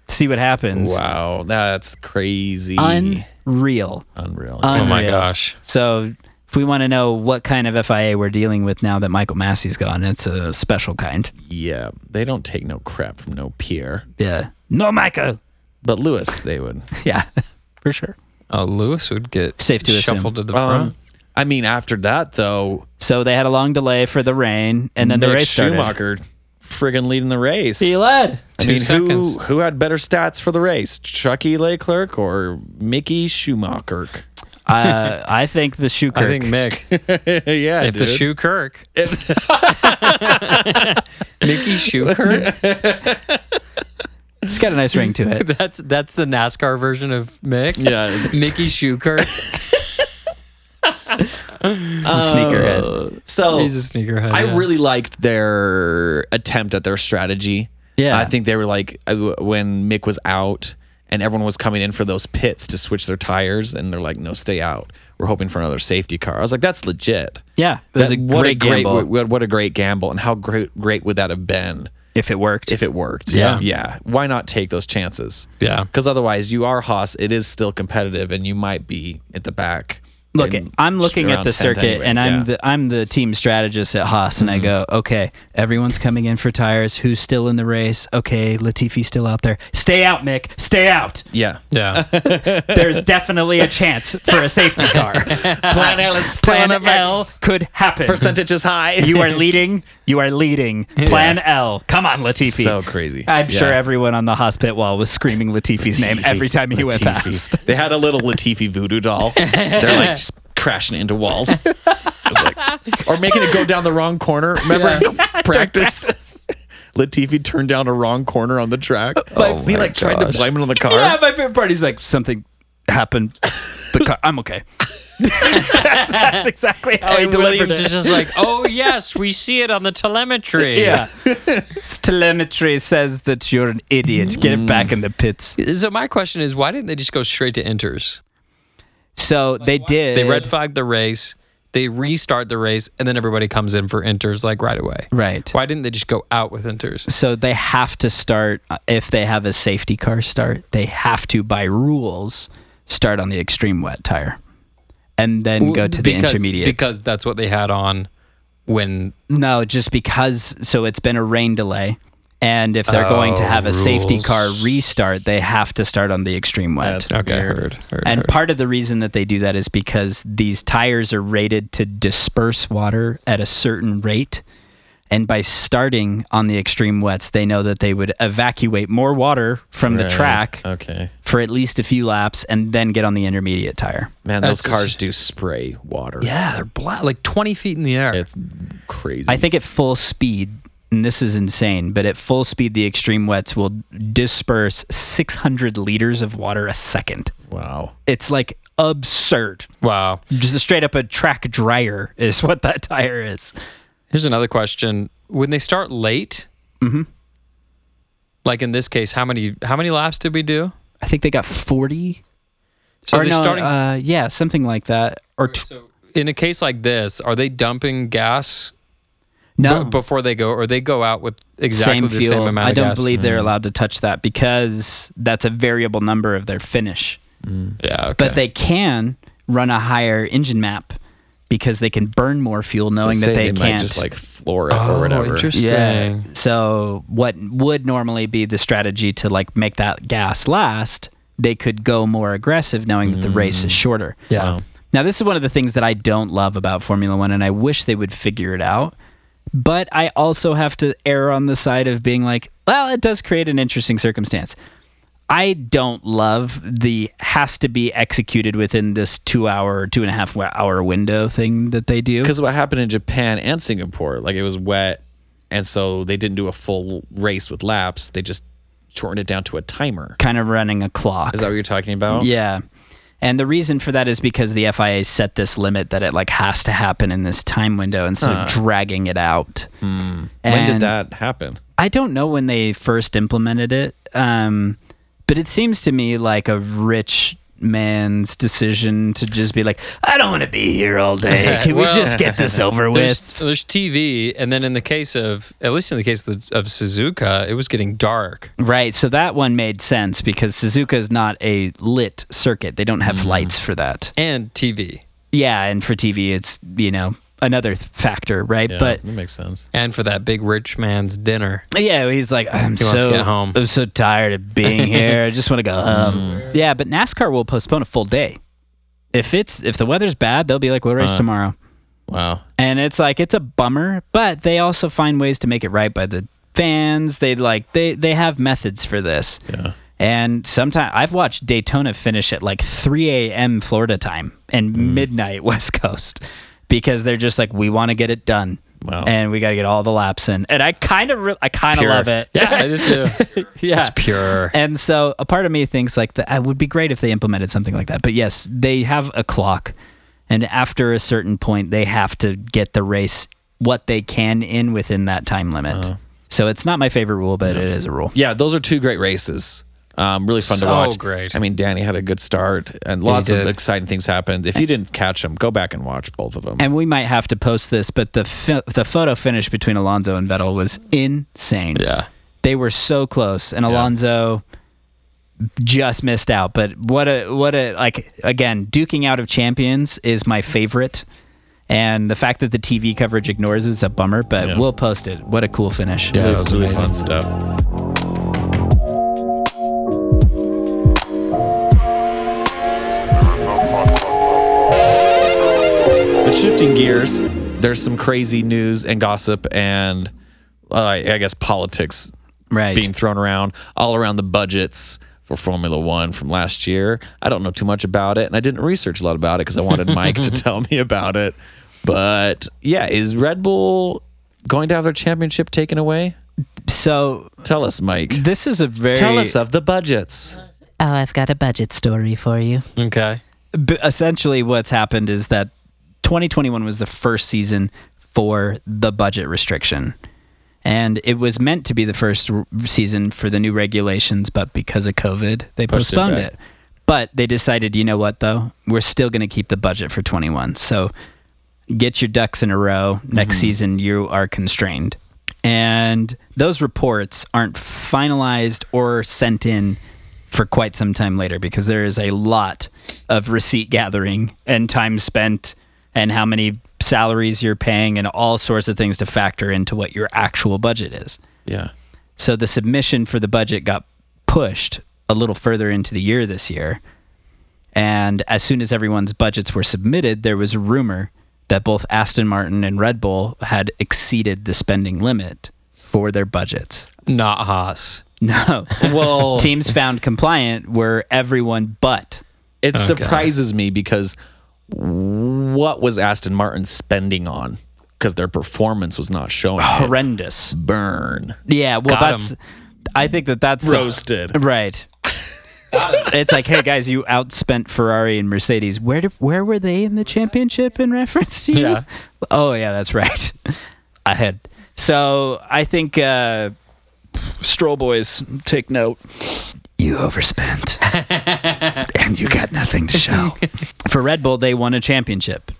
[SPEAKER 4] see what happens."
[SPEAKER 2] Wow, that's crazy.
[SPEAKER 4] Unreal.
[SPEAKER 2] Unreal.
[SPEAKER 5] Oh my
[SPEAKER 4] Unreal.
[SPEAKER 5] gosh.
[SPEAKER 4] So. If we want to know what kind of FIA we're dealing with now that Michael Massey's gone, it's a special kind.
[SPEAKER 2] Oh, yeah, they don't take no crap from no peer.
[SPEAKER 4] Yeah. No, Michael.
[SPEAKER 2] But Lewis, they would.
[SPEAKER 4] Yeah, for sure.
[SPEAKER 5] Oh, Lewis would get
[SPEAKER 4] Safe to assume.
[SPEAKER 5] shuffled to the
[SPEAKER 2] Uh,
[SPEAKER 5] front.
[SPEAKER 2] I mean, after that though,
[SPEAKER 4] So they had a long delay for the rain, and then the
[SPEAKER 2] Mick
[SPEAKER 4] race started.
[SPEAKER 2] Schumacher friggin' leading the race.
[SPEAKER 4] He led.
[SPEAKER 2] I
[SPEAKER 5] Two
[SPEAKER 2] mean, who,
[SPEAKER 5] seconds.
[SPEAKER 2] who had better stats for the race, Chucky Leclerc or Mickey Schumacher?
[SPEAKER 4] Uh, I think the Schuker.
[SPEAKER 5] I think Mick.
[SPEAKER 2] yeah,
[SPEAKER 5] If the shoe Kirk. Mickey Shoe Kirk.
[SPEAKER 4] It's got a nice ring to it.
[SPEAKER 5] That's that's the NASCAR version of Mick.
[SPEAKER 2] Yeah.
[SPEAKER 5] Mickey Schuker.
[SPEAKER 4] It's a
[SPEAKER 2] Oh.
[SPEAKER 4] sneakerhead.
[SPEAKER 2] So
[SPEAKER 5] He's a sneakerhead.
[SPEAKER 2] I
[SPEAKER 5] yeah.
[SPEAKER 2] really liked their attempt at their strategy.
[SPEAKER 4] Yeah.
[SPEAKER 2] I think they were like I- when Mick was out and everyone was coming in for those pits to switch their tires, and they're like, "No, stay out. We're hoping for another safety car." I was like, "That's legit."
[SPEAKER 4] Yeah, it was
[SPEAKER 2] That-
[SPEAKER 4] a great gamble.
[SPEAKER 2] What, what a great gamble, and how great great would that have been
[SPEAKER 4] If it worked,
[SPEAKER 2] if it worked?
[SPEAKER 5] Yeah.
[SPEAKER 2] yeah. Why not take those chances?
[SPEAKER 5] Yeah.
[SPEAKER 2] because otherwise, you are Haas. It is still competitive, and you might be at the back.
[SPEAKER 4] Look,
[SPEAKER 2] in-
[SPEAKER 4] I'm looking at
[SPEAKER 2] around
[SPEAKER 4] the
[SPEAKER 2] 10th
[SPEAKER 4] circuit,
[SPEAKER 2] anyway.
[SPEAKER 4] and I'm
[SPEAKER 2] Yeah. Mm-hmm.
[SPEAKER 4] the I'm the team strategist at Haas, and I go, okay, everyone's coming in for tires. Who's still in the race? Okay, Latifi's still out there. Stay out, Mick. Stay out.
[SPEAKER 2] yeah.
[SPEAKER 5] Yeah.
[SPEAKER 4] There's definitely a chance for a safety car.
[SPEAKER 2] Plan L is still
[SPEAKER 4] Plan
[SPEAKER 2] in effect.
[SPEAKER 4] L could happen.
[SPEAKER 2] Percentage is high.
[SPEAKER 4] You are leading. You are leading. Plan L. Come on, Latifi.
[SPEAKER 2] So crazy.
[SPEAKER 4] I'm
[SPEAKER 2] Yeah.
[SPEAKER 4] sure everyone on the Haas pit wall was screaming Latifi's name every time he went
[SPEAKER 2] Latifi.
[SPEAKER 4] past.
[SPEAKER 2] They had a little Latifi voodoo doll. They're like just crashing into walls. Just like- or making it go down the wrong corner. Remember practice? Latifi turned down a wrong corner on the track.
[SPEAKER 5] Oh
[SPEAKER 2] he
[SPEAKER 5] my
[SPEAKER 2] like tried to
[SPEAKER 5] gosh.
[SPEAKER 2] blame it on the car.
[SPEAKER 4] Yeah, my favorite part is like something happened. The car. I'm okay. that's, that's exactly how Oh, he
[SPEAKER 5] And
[SPEAKER 4] delivered
[SPEAKER 5] Williams
[SPEAKER 4] it.
[SPEAKER 5] is just like, oh yes, we see it on the telemetry.
[SPEAKER 4] yeah. It's telemetry says that you're an idiot. Get it back in the pits.
[SPEAKER 5] So my question is, why didn't they just go straight to enters?
[SPEAKER 4] So they did.
[SPEAKER 5] They red flag the race, they restart the race, and then everybody comes in for enters like right away.
[SPEAKER 4] Right.
[SPEAKER 5] Why didn't they just go out with enters?
[SPEAKER 4] So they have to start uh, if they have a safety car start. They have to, by rules, start on the extreme wet tire, and then go to the
[SPEAKER 5] Because-
[SPEAKER 4] intermediate.
[SPEAKER 5] because that's what they had on when
[SPEAKER 4] No, just because. So it's been a rain delay. And if they're going to have a safety car restart, they have to start on the extreme wet.
[SPEAKER 5] okay heard, heard,
[SPEAKER 4] And
[SPEAKER 5] heard.
[SPEAKER 4] part of the reason that they do that is because these tires are rated to disperse water at a certain rate. And by starting on the extreme wets, they know that they would evacuate more water from the track
[SPEAKER 2] Okay.
[SPEAKER 4] for at least a few laps and then get on the intermediate tire.
[SPEAKER 2] Man,
[SPEAKER 5] That's
[SPEAKER 2] those cars do spray water.
[SPEAKER 5] yeah they're black like 20 feet in the air
[SPEAKER 2] It's crazy.
[SPEAKER 4] I think at full speed, and this is insane, but at full speed, the extreme wets will disperse 600 liters of water a second.
[SPEAKER 2] wow.
[SPEAKER 4] It's like absurd.
[SPEAKER 5] wow
[SPEAKER 4] Just a straight up a track dryer is what that tire is.
[SPEAKER 5] here's another question when they start late
[SPEAKER 4] Mm-hmm.
[SPEAKER 5] like in this case how many how many laps did we do
[SPEAKER 4] I think they got 40.
[SPEAKER 5] so
[SPEAKER 4] or
[SPEAKER 5] they're
[SPEAKER 4] no,
[SPEAKER 5] starting
[SPEAKER 4] uh, yeah, something like that. Or tw-
[SPEAKER 5] in a case like this are they dumping gas
[SPEAKER 4] no,
[SPEAKER 5] b- before they go or they go out with exactly the same amount
[SPEAKER 4] I
[SPEAKER 5] of
[SPEAKER 4] don't
[SPEAKER 5] gas? Mm.
[SPEAKER 4] believe they're allowed to touch that because that's a variable number of their finish.
[SPEAKER 5] yeah okay.
[SPEAKER 4] But they can run a higher engine map because they can burn more fuel knowing that
[SPEAKER 2] Say
[SPEAKER 4] they,
[SPEAKER 2] might
[SPEAKER 4] can't.
[SPEAKER 2] just like floor it
[SPEAKER 5] Oh,
[SPEAKER 2] or whatever.
[SPEAKER 5] interesting.
[SPEAKER 4] yeah. So what would normally be the strategy to like make that gas last, they could go more aggressive knowing that the race
[SPEAKER 2] Mm.
[SPEAKER 4] is shorter.
[SPEAKER 5] Yeah. Wow.
[SPEAKER 4] Now this is one of the things that I don't love about Formula 1 and I wish they would figure it out. But I also have to err on the side of being like, well, it does create an interesting circumstance. I don't love the has to be executed within this two hour, two and a half hour window thing that they do.
[SPEAKER 2] because what happened in Japan and Singapore, like it was wet, and so they didn't do a full race with laps. They just shortened it down to a timer.
[SPEAKER 4] Kind of running a clock.
[SPEAKER 2] Is that what you're talking about?
[SPEAKER 4] Yeah. And the reason for that is because the FIA set this limit that it like has to happen in this time window instead of dragging it out.
[SPEAKER 2] Hmm. When did
[SPEAKER 4] And
[SPEAKER 2] that happen?
[SPEAKER 4] I don't know when they first implemented it, um, but it seems to me like a rich man's decision to just be like, I don't want to be here all day. Can
[SPEAKER 5] Well,
[SPEAKER 4] we just get this over
[SPEAKER 5] There's,
[SPEAKER 4] with?
[SPEAKER 5] there's TV, and then in the case of, at least in the case of, of Suzuka, it was getting dark.
[SPEAKER 4] Right. So that one made sense because Suzuka is not a lit circuit. They don't have lights for that.
[SPEAKER 5] and TV.
[SPEAKER 4] yeah and for tv it's you know another th- factor right but
[SPEAKER 2] that makes sense.
[SPEAKER 5] And for that big rich man's dinner.
[SPEAKER 4] yeah he's like i'm
[SPEAKER 5] wants to
[SPEAKER 4] so
[SPEAKER 5] get home. Mm.
[SPEAKER 4] i'm so tired of being here i just want to go home yeah but nascar will postpone a full day if it's if the weather's bad they'll be like we'll
[SPEAKER 5] Uh.
[SPEAKER 4] race tomorrow
[SPEAKER 2] Wow.
[SPEAKER 4] and it's like it's a bummer but they also find ways to make it right by the fans they like they they have methods for this yeah and sometimes I've watched Daytona finish at like 3 a.m. Florida time and midnight West Coast because they're just like, we want to get it done.
[SPEAKER 2] Wow.
[SPEAKER 4] and we got to get all the laps in. And I kind of, re- I kind of
[SPEAKER 2] Pure.
[SPEAKER 4] love it.
[SPEAKER 5] Yeah, I did too.
[SPEAKER 4] yeah.
[SPEAKER 5] It's pure.
[SPEAKER 4] And so a part of me thinks like that it would be great if they implemented something like that. But yes, they have a clock and after a certain point they have to get the race what they can in within that time limit. So it's not my favorite rule, but it is a rule.
[SPEAKER 2] yeah, those are two great races. Um, really fun
[SPEAKER 5] So
[SPEAKER 2] to watch.
[SPEAKER 5] great.
[SPEAKER 2] I mean, Danny had a good start, and lots of
[SPEAKER 5] did.
[SPEAKER 2] exciting things happened. If you didn't catch them, go back and watch both of them.
[SPEAKER 4] And we might have to post this, but the fi- the photo finish between Alonso and Vettel was insane.
[SPEAKER 5] Yeah.
[SPEAKER 4] They were so close, and Alonso just missed out. But what a what a like again, duking out of champions is my favorite, and the fact that the TV coverage ignores it is a bummer. But
[SPEAKER 2] Yeah.
[SPEAKER 4] we'll post it. What a cool finish!
[SPEAKER 2] yeah,
[SPEAKER 5] Yeah, it
[SPEAKER 2] it was really fun stuff. But shifting gears, there's some crazy news and gossip and uh, I guess politics
[SPEAKER 4] right.
[SPEAKER 2] being thrown around all around the budgets for Formula One from last year. I don't know too much about it, and I didn't research a lot about it because I wanted Mike to tell me about it. But yeah, is Red Bull going to have their championship taken away?
[SPEAKER 4] so
[SPEAKER 2] Tell us, Mike.
[SPEAKER 4] this is a very
[SPEAKER 2] Tell us of the budgets.
[SPEAKER 6] Oh, I've got a budget story for you.
[SPEAKER 5] Okay.
[SPEAKER 4] b- essentially what's happened is that 2021 was the first season for the budget restriction and it was meant to be the first r- season for the new regulations but because of covid they
[SPEAKER 2] Pushed it
[SPEAKER 4] postponed
[SPEAKER 2] back.
[SPEAKER 4] it but they decided you know what though we're still going to keep the budget for 21 so get your ducks in a row. Next season, you are constrained. And those reports aren't finalized or sent in for quite some time later because there is a lot of receipt gathering and time spent and how many salaries you're paying and all sorts of things to factor into what your actual budget is.
[SPEAKER 2] Yeah.
[SPEAKER 4] So the submission for the budget got pushed a little further into the year this year. And as soon as everyone's budgets were submitted, there was rumor that both Aston Martin and Red Bull had exceeded the spending limit for their budgets.
[SPEAKER 5] Not Haas.
[SPEAKER 4] No.
[SPEAKER 2] Well,
[SPEAKER 4] Teams found compliant were everyone but.
[SPEAKER 2] it surprises me because what was Aston Martin spending on? Because their performance was not showing.
[SPEAKER 4] Oh,
[SPEAKER 2] it.
[SPEAKER 4] Horrendous.
[SPEAKER 2] Burn.
[SPEAKER 4] Yeah, well,
[SPEAKER 5] Got 'em.
[SPEAKER 4] that's. I think that that's the-
[SPEAKER 2] Roasted.
[SPEAKER 4] right. it's like, hey guys, you outspent Ferrari and Mercedes. Where did, where were they in the championship in reference to you?
[SPEAKER 5] Yeah.
[SPEAKER 4] Oh yeah, that's right. Ahead. So I think uh, Stroll boys take note. You overspent, and you got nothing to show. For Red Bull, they won a championship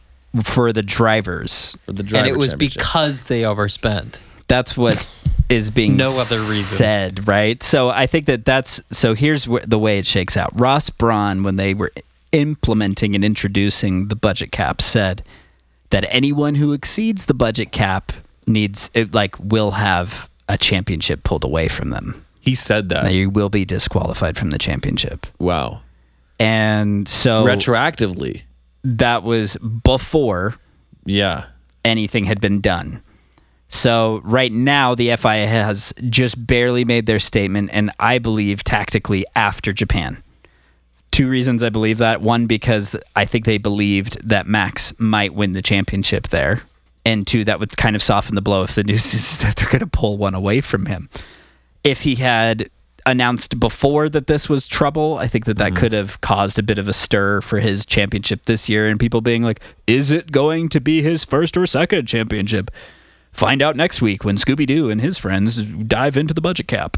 [SPEAKER 4] for the drivers.
[SPEAKER 2] For the
[SPEAKER 5] And
[SPEAKER 2] driver
[SPEAKER 5] it was
[SPEAKER 2] championship.
[SPEAKER 5] because they overspent.
[SPEAKER 4] That's what is being
[SPEAKER 5] No other reason.
[SPEAKER 4] said, right? So I think that that's so. Here's where, the way it shakes out. Ross Braun, when they were implementing and introducing the budget cap, said that anyone who exceeds the budget cap needs, it, like, will have a championship pulled away from them.
[SPEAKER 2] he said that.
[SPEAKER 4] Now you will be disqualified from the championship.
[SPEAKER 2] Wow.
[SPEAKER 4] And
[SPEAKER 5] Oh.
[SPEAKER 4] so
[SPEAKER 2] Retroactively.
[SPEAKER 4] that was before
[SPEAKER 2] Yeah.
[SPEAKER 4] anything had been done. So right now the FIA has just barely made their statement and I believe tactically after Japan. Two reasons I believe that. One because I think they believed that Max might win the championship there. And two, that would kind of soften the blow if the news is that they're going to pull one away from him. If he had announced before that this was trouble, I think that that could have caused a bit of a stir for his championship this year and people being like, is it going to be his first or second championship? Find out next week when Scooby Doo and his friends dive into the budget cap.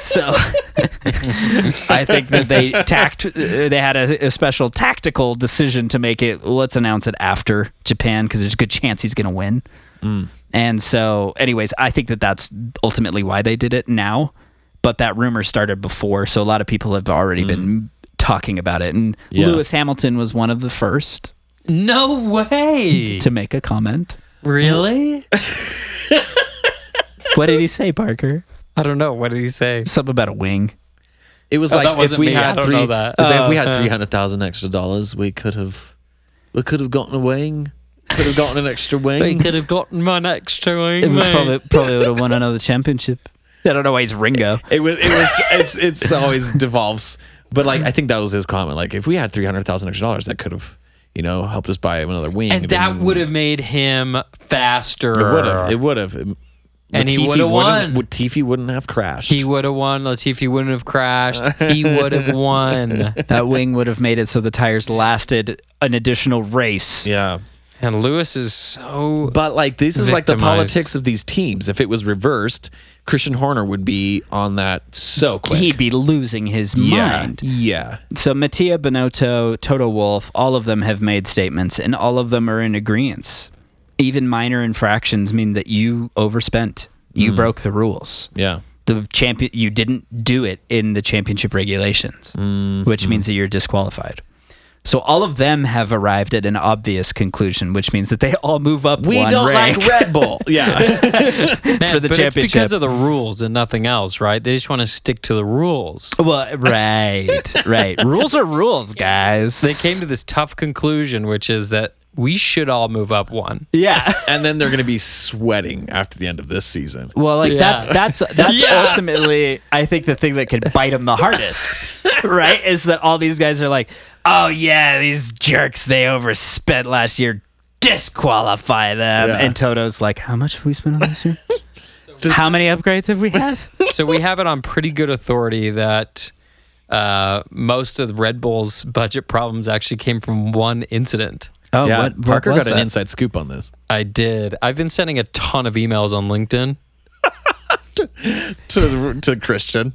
[SPEAKER 4] so I think that they tact uh, they had a, a special tactical decision to make it let's announce it after Japan because there's a good chance he's going to win. And so, anyways, I think that that's ultimately why they did it now. But that rumor started before, so a lot of people have already been talking about it. And
[SPEAKER 2] Yeah.
[SPEAKER 4] Lewis Hamilton was one of the first
[SPEAKER 5] No way.
[SPEAKER 4] to make a comment.
[SPEAKER 5] Really?
[SPEAKER 4] What did he say, Parker?
[SPEAKER 5] I don't know. What did he say?
[SPEAKER 4] Something about a wing.
[SPEAKER 2] It was
[SPEAKER 5] Oh, that
[SPEAKER 2] like if
[SPEAKER 5] wasn't
[SPEAKER 2] we
[SPEAKER 5] me. I
[SPEAKER 2] had
[SPEAKER 5] don't
[SPEAKER 2] three,
[SPEAKER 5] know that.
[SPEAKER 2] it's like if we
[SPEAKER 5] Oh,
[SPEAKER 2] had
[SPEAKER 5] uh.
[SPEAKER 2] three hundred thousand extra dollars, we could have, we could have gotten a wing, could have gotten an extra wing.
[SPEAKER 5] have gotten my next
[SPEAKER 4] It
[SPEAKER 5] wing.
[SPEAKER 4] was probably probably would have won another championship. I don't know why he's Ringo.
[SPEAKER 2] It was, it was, it's, it's always devolves. But like, I think that was his comment. Like, if we had three hundred thousand extra dollars, that could have, you know, helped us buy another wing.
[SPEAKER 5] And that would have made him faster.
[SPEAKER 2] It would have. It would have.
[SPEAKER 5] And he
[SPEAKER 2] Latifi
[SPEAKER 5] would've
[SPEAKER 2] wouldn't-
[SPEAKER 5] won.
[SPEAKER 2] Latifi wouldn't have crashed.
[SPEAKER 5] He would have won. Latifi wouldn't have crashed. He would have won.
[SPEAKER 4] That wing would have made it so the tires lasted an additional race.
[SPEAKER 2] yeah.
[SPEAKER 5] And Lewis is so.
[SPEAKER 2] But like this is like the
[SPEAKER 5] Victimized.
[SPEAKER 2] politics of these teams. If it was reversed, Christian Horner would be on that so quick.
[SPEAKER 4] He'd be losing his
[SPEAKER 2] yeah,
[SPEAKER 4] mind.
[SPEAKER 2] yeah.
[SPEAKER 4] So Mattia Bonotto, Toto Wolf, all of them have made statements, and all of them are in agreement. Even minor infractions mean that you overspent.
[SPEAKER 2] Mm.
[SPEAKER 4] You broke the rules.
[SPEAKER 2] Yeah.
[SPEAKER 4] The champion, you didn't do it in the championship regulations,
[SPEAKER 2] Mm-hmm.
[SPEAKER 4] which means that you're disqualified. So all of them have arrived at an obvious conclusion, which means that they all move up
[SPEAKER 2] We
[SPEAKER 4] one
[SPEAKER 2] don't
[SPEAKER 4] rank.
[SPEAKER 2] like Red Bull. yeah.
[SPEAKER 5] Man,
[SPEAKER 4] for the
[SPEAKER 5] but it's because
[SPEAKER 4] championship.
[SPEAKER 5] of the rules and nothing else, right? They just want to stick to the rules.
[SPEAKER 4] well, right, right. rules are rules, guys.
[SPEAKER 5] They came to this tough conclusion, which is that we should all move up one.
[SPEAKER 4] yeah.
[SPEAKER 2] And then they're going to be sweating after the end of this season.
[SPEAKER 4] Well, like
[SPEAKER 5] Yeah.
[SPEAKER 4] that's that's that's ultimately, I think the thing that could bite them the hardest, right? Is that all these guys are like, oh yeah, these jerks, they overspent last year. Disqualify them.
[SPEAKER 2] Yeah.
[SPEAKER 4] And Toto's like, how much have we spent on this year? how many upgrades have we had?
[SPEAKER 5] so we have it on pretty good authority that uh, most of Red Bull's budget problems actually came from one incident.
[SPEAKER 4] Oh,
[SPEAKER 2] yeah.
[SPEAKER 4] what, what
[SPEAKER 2] Parker
[SPEAKER 4] was
[SPEAKER 2] got an
[SPEAKER 4] that?
[SPEAKER 2] inside scoop on this.
[SPEAKER 5] I did. I've been sending a ton of emails on LinkedIn
[SPEAKER 2] to, to Christian.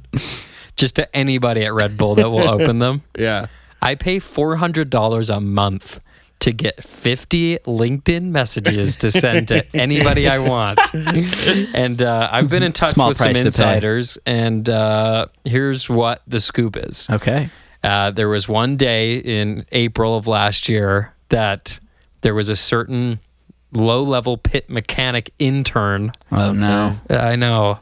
[SPEAKER 5] just to anybody at Red Bull that will open them.
[SPEAKER 2] Yeah.
[SPEAKER 5] I pay $400 a month to get 50 LinkedIn messages to send to anybody I want. And uh, I've been in touch
[SPEAKER 4] Small
[SPEAKER 5] with some
[SPEAKER 4] price to pay.
[SPEAKER 5] insiders, and uh, here's what the scoop is.
[SPEAKER 4] Okay.
[SPEAKER 5] Uh, there was one day in April of last year that there was a certain low level pit mechanic intern.
[SPEAKER 4] Oh no.
[SPEAKER 5] Uh, I know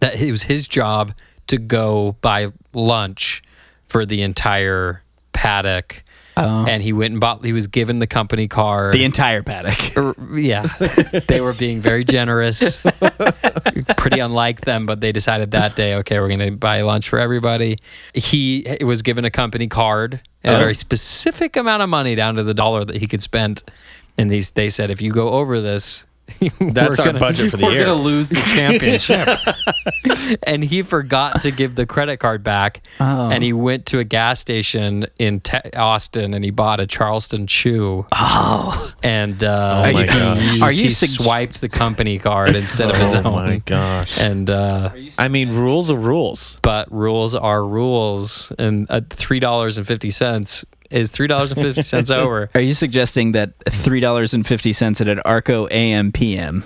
[SPEAKER 5] that it was his job to go buy lunch for the entire paddock. And he went and bought, he was given the company car.
[SPEAKER 4] The entire paddock.
[SPEAKER 5] Er, yeah, they were being very generous. Pretty unlike them, but they decided that day, okay, we're going to buy lunch for everybody. He was given a company card and a
[SPEAKER 2] Uh-huh.
[SPEAKER 5] very specific amount of money down to the dollar that he could spend. And these, they said, if you go over this,
[SPEAKER 2] That's
[SPEAKER 5] we're
[SPEAKER 2] our
[SPEAKER 5] gonna-
[SPEAKER 2] budget for the
[SPEAKER 5] we're
[SPEAKER 2] year.
[SPEAKER 5] gonna lose the championship. and he forgot to give the credit card back.
[SPEAKER 4] Oh.
[SPEAKER 5] And he went to a gas station in te- Austin and he bought a Charleston chew. Oh. And uh,
[SPEAKER 2] Oh my
[SPEAKER 5] he,
[SPEAKER 2] God.
[SPEAKER 4] Are
[SPEAKER 5] he
[SPEAKER 4] you sug-
[SPEAKER 5] swiped the company card instead of his
[SPEAKER 2] Oh
[SPEAKER 5] own.
[SPEAKER 2] my gosh.
[SPEAKER 5] And uh,
[SPEAKER 2] I mean, rules are rules.
[SPEAKER 5] but rules are rules, and uh, three dollars and fifty cents is three dollars and fifty cents over.
[SPEAKER 4] Are you suggesting that three dollars and fifty cents at an Arco AM PM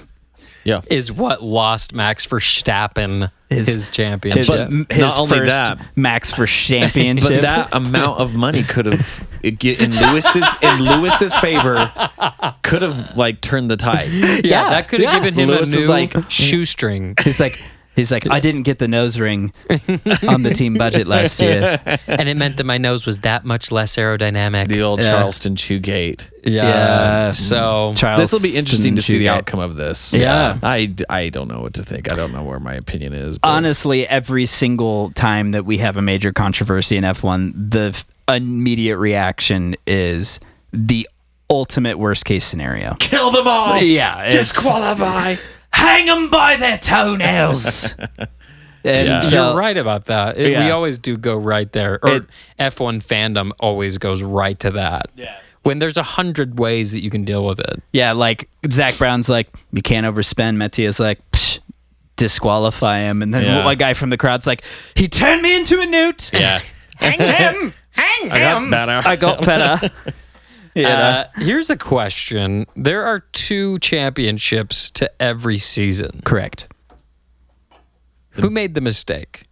[SPEAKER 2] Yeah.
[SPEAKER 5] Is what lost Max for Stappen his,
[SPEAKER 4] His-
[SPEAKER 5] championship?
[SPEAKER 2] But
[SPEAKER 4] his
[SPEAKER 2] not only
[SPEAKER 4] first
[SPEAKER 2] that-
[SPEAKER 4] Max for championship?
[SPEAKER 2] But that amount of money could have it get in Lewis's in Lewis's favor could have like turned the tide.
[SPEAKER 5] Yeah,
[SPEAKER 4] Yeah,
[SPEAKER 5] that could have
[SPEAKER 4] yeah.
[SPEAKER 5] given him
[SPEAKER 2] Lewis
[SPEAKER 5] a
[SPEAKER 2] is
[SPEAKER 5] new
[SPEAKER 2] like-
[SPEAKER 5] shoestring.
[SPEAKER 4] He's like, he's like, I didn't get the nose ring on the team budget last year.
[SPEAKER 5] and it meant that my nose was that much less aerodynamic.
[SPEAKER 2] The old
[SPEAKER 4] Yeah.
[SPEAKER 2] Charleston Chew Gate.
[SPEAKER 5] yeah.
[SPEAKER 4] Yeah. Mm.
[SPEAKER 5] So
[SPEAKER 2] This will be interesting to see the
[SPEAKER 4] Chugate.
[SPEAKER 2] outcome of this.
[SPEAKER 4] Yeah.
[SPEAKER 2] I, d- I don't know what to think. I don't know where my opinion is. but-
[SPEAKER 4] Honestly, every single time that we have a major controversy in F1, the f- immediate reaction is the ultimate worst case scenario.
[SPEAKER 2] kill them all.
[SPEAKER 4] Yeah,
[SPEAKER 2] Disqualify.
[SPEAKER 4] hang them by their toenails. And so-
[SPEAKER 5] you're right about that. It- We
[SPEAKER 4] Yeah.
[SPEAKER 5] always do go right there. Or
[SPEAKER 4] It-
[SPEAKER 5] F1 fandom always goes right to that. Yeah. When there's a hundred ways that you can deal with it.
[SPEAKER 4] Yeah, like Zach Brown's like, you can't overspend. Mattia's like, Psh, disqualify him. And then
[SPEAKER 2] Yeah.
[SPEAKER 4] one guy from the crowd's like, he turned me into a newt.
[SPEAKER 2] Yeah.
[SPEAKER 5] Hang him! Hang
[SPEAKER 2] I got better.
[SPEAKER 4] I got better. yeah.
[SPEAKER 5] Uh, here's a question. There are two championships to every season.
[SPEAKER 4] correct.
[SPEAKER 5] Who made the mistake?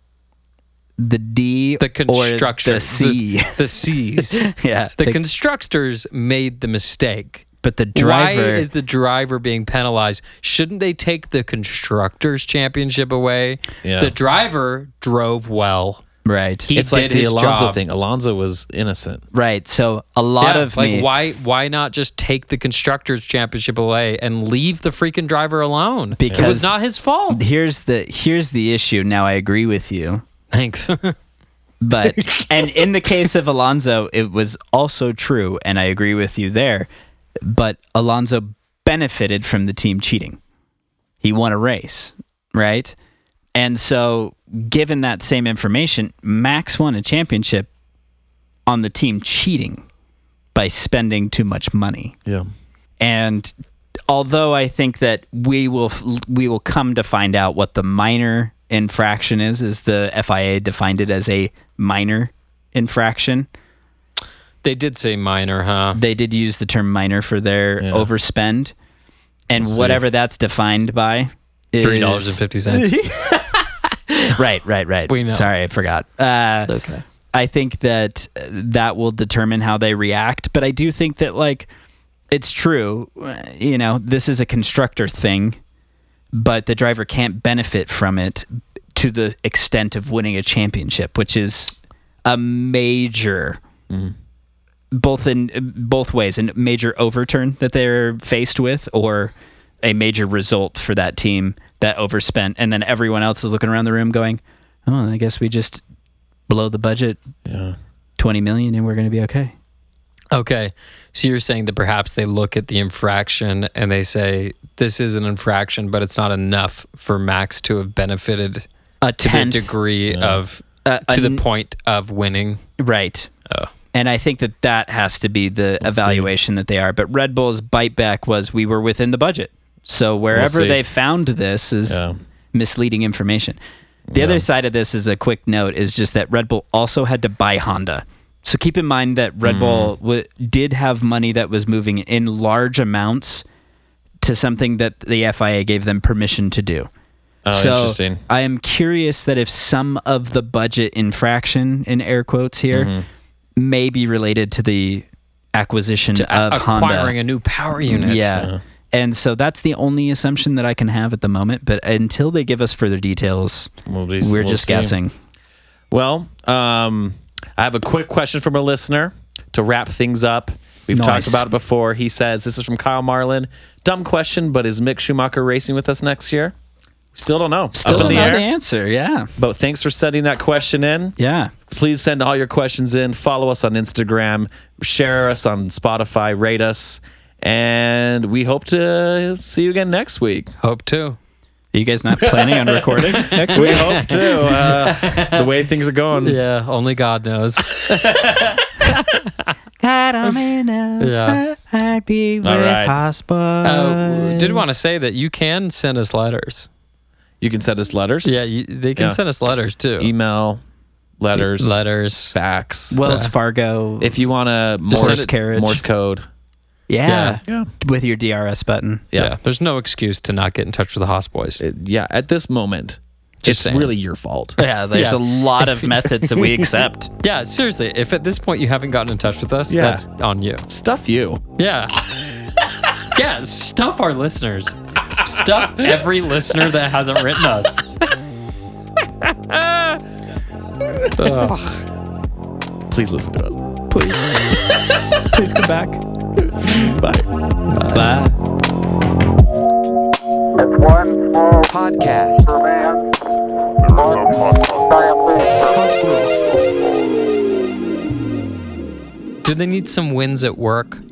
[SPEAKER 4] The D
[SPEAKER 5] The construction.
[SPEAKER 4] Or the C.
[SPEAKER 5] The, the C's.
[SPEAKER 4] yeah.
[SPEAKER 5] The,
[SPEAKER 4] the-
[SPEAKER 5] constructors made the mistake.
[SPEAKER 4] but the driver.
[SPEAKER 5] Why is the driver being penalized? Shouldn't they take the constructors championship away?
[SPEAKER 2] Yeah.
[SPEAKER 5] The driver drove well.
[SPEAKER 4] right.
[SPEAKER 5] He
[SPEAKER 2] it's
[SPEAKER 5] did
[SPEAKER 2] like the
[SPEAKER 5] his
[SPEAKER 2] Alonzo
[SPEAKER 5] job.
[SPEAKER 2] thing. Alonzo was innocent.
[SPEAKER 4] right. So a lot
[SPEAKER 5] Yeah,
[SPEAKER 4] of
[SPEAKER 5] like
[SPEAKER 4] me.
[SPEAKER 5] why why not just take the constructors championship away and leave the freaking driver alone? it was
[SPEAKER 4] Because-
[SPEAKER 5] not his fault.
[SPEAKER 4] Here's the here's the issue. Now I agree with you.
[SPEAKER 5] Thanks.
[SPEAKER 4] But and in the case of Alonzo, it was also true, and I agree with you there. But Alonzo benefited from the team cheating. He won a race, right? And so, given that same information, Max won a championship on the team cheating by spending too much money.
[SPEAKER 2] Yeah.
[SPEAKER 4] And although I think that we will we will come to find out what the minor infraction is, is the FIA defined it as a minor infraction.
[SPEAKER 5] They did say minor, huh?
[SPEAKER 4] They did use the term minor for their overspend, and whatever that's defined by. is-
[SPEAKER 5] Three dollars and fifty cents.
[SPEAKER 4] Right, right, right.
[SPEAKER 5] We know.
[SPEAKER 4] Sorry, I forgot. Uh,
[SPEAKER 5] okay.
[SPEAKER 4] I think that uh, that will determine how they react. But I do think that like it's true, uh, you know, this is a constructor thing, but the driver can't benefit from it to the extent of winning a championship, which is a major both in both ways a major overturn that they're faced with or a major result for that team that overspent and then everyone else is looking around the room going oh i guess we just blow the budget 20 million and we're going to be okay
[SPEAKER 5] Okay. So you're saying that perhaps they look at the infraction and they say this is an infraction, but it's not enough for Max to have benefited
[SPEAKER 4] a
[SPEAKER 5] to the
[SPEAKER 4] tenth
[SPEAKER 5] degree of
[SPEAKER 4] Uh,
[SPEAKER 5] to the
[SPEAKER 4] an-
[SPEAKER 5] point of winning.
[SPEAKER 4] right
[SPEAKER 5] Oh.
[SPEAKER 4] and i think that that has to be the evaluation that they are but red bull's bite back was we were within the budget so wherever
[SPEAKER 2] see.
[SPEAKER 4] they found this is
[SPEAKER 2] Yeah.
[SPEAKER 4] misleading information. The other side of this is a quick note is just that Red Bull also had to buy Honda. So keep in mind that Red Bull w- did have money that was moving in large amounts to something that the FIA gave them permission to do.
[SPEAKER 2] Oh,
[SPEAKER 4] so
[SPEAKER 2] interesting.
[SPEAKER 4] I am curious that if some of the budget infraction in air quotes here may be related to the acquisition of Honda.
[SPEAKER 5] Acquiring a new power unit.
[SPEAKER 4] Yeah. And so that's the only assumption that I can have at the moment. But until they give us further details,
[SPEAKER 2] We'll
[SPEAKER 4] we
[SPEAKER 2] just-
[SPEAKER 4] are
[SPEAKER 2] we'll
[SPEAKER 4] just
[SPEAKER 2] see.
[SPEAKER 4] guessing.
[SPEAKER 2] Well, um, I have a quick question from a listener to wrap things up. We've
[SPEAKER 4] Nice.
[SPEAKER 2] talked about it before. He says, This is from Kyle Marlin. Dumb question, but is Mick Schumacher racing with us next year? Still don't know.
[SPEAKER 4] Still
[SPEAKER 2] Up in
[SPEAKER 4] don't
[SPEAKER 2] the
[SPEAKER 4] know
[SPEAKER 2] air.
[SPEAKER 4] the answer. Yeah.
[SPEAKER 2] But thanks for sending that question in.
[SPEAKER 4] Yeah.
[SPEAKER 2] Please send all your questions in. Follow us on Instagram, share us on Spotify, rate us, and we hope to see you again next week.
[SPEAKER 5] Hope too.
[SPEAKER 4] Are you guys not planning on recording next week?
[SPEAKER 2] hope to. Uh, the way things are going.
[SPEAKER 5] Yeah. Only God knows.
[SPEAKER 6] God only knows
[SPEAKER 5] Yeah.
[SPEAKER 6] what I'd be with
[SPEAKER 2] All right.
[SPEAKER 6] hospital.
[SPEAKER 4] Oh,
[SPEAKER 5] Uh, did want to say that you can send us letters.
[SPEAKER 2] You can send us letters.
[SPEAKER 5] Yeah, you, they can
[SPEAKER 2] Yeah.
[SPEAKER 5] send us letters too.
[SPEAKER 2] Email, letters,
[SPEAKER 5] letters.
[SPEAKER 2] fax.
[SPEAKER 4] Wells Fargo.
[SPEAKER 2] if you want to
[SPEAKER 5] Just
[SPEAKER 2] Morse
[SPEAKER 5] send it-
[SPEAKER 4] carriage.
[SPEAKER 2] Morse code.
[SPEAKER 4] yeah,
[SPEAKER 2] Yeah.
[SPEAKER 4] With your DRS button.
[SPEAKER 5] Yeah.
[SPEAKER 2] Yeah.
[SPEAKER 5] there's no excuse to not get in touch with the Haas boys.
[SPEAKER 2] It- yeah, at this moment, it's
[SPEAKER 5] saying.
[SPEAKER 2] really your fault.
[SPEAKER 4] Yeah. There's
[SPEAKER 5] Yeah.
[SPEAKER 4] a lot of methods that we accept.
[SPEAKER 5] yeah, seriously, if at this point you haven't gotten in touch with us,
[SPEAKER 2] Yeah.
[SPEAKER 5] that's on you.
[SPEAKER 2] Stuff you.
[SPEAKER 5] Yeah. yeah, stuff our listeners. stuff every listener that hasn't written us.
[SPEAKER 2] Please listen to us.
[SPEAKER 4] Please. Please come back.
[SPEAKER 2] Bye.
[SPEAKER 4] Bye.
[SPEAKER 7] It's one small podcast for man, one giant leap for man.
[SPEAKER 5] Do they need some wins at work?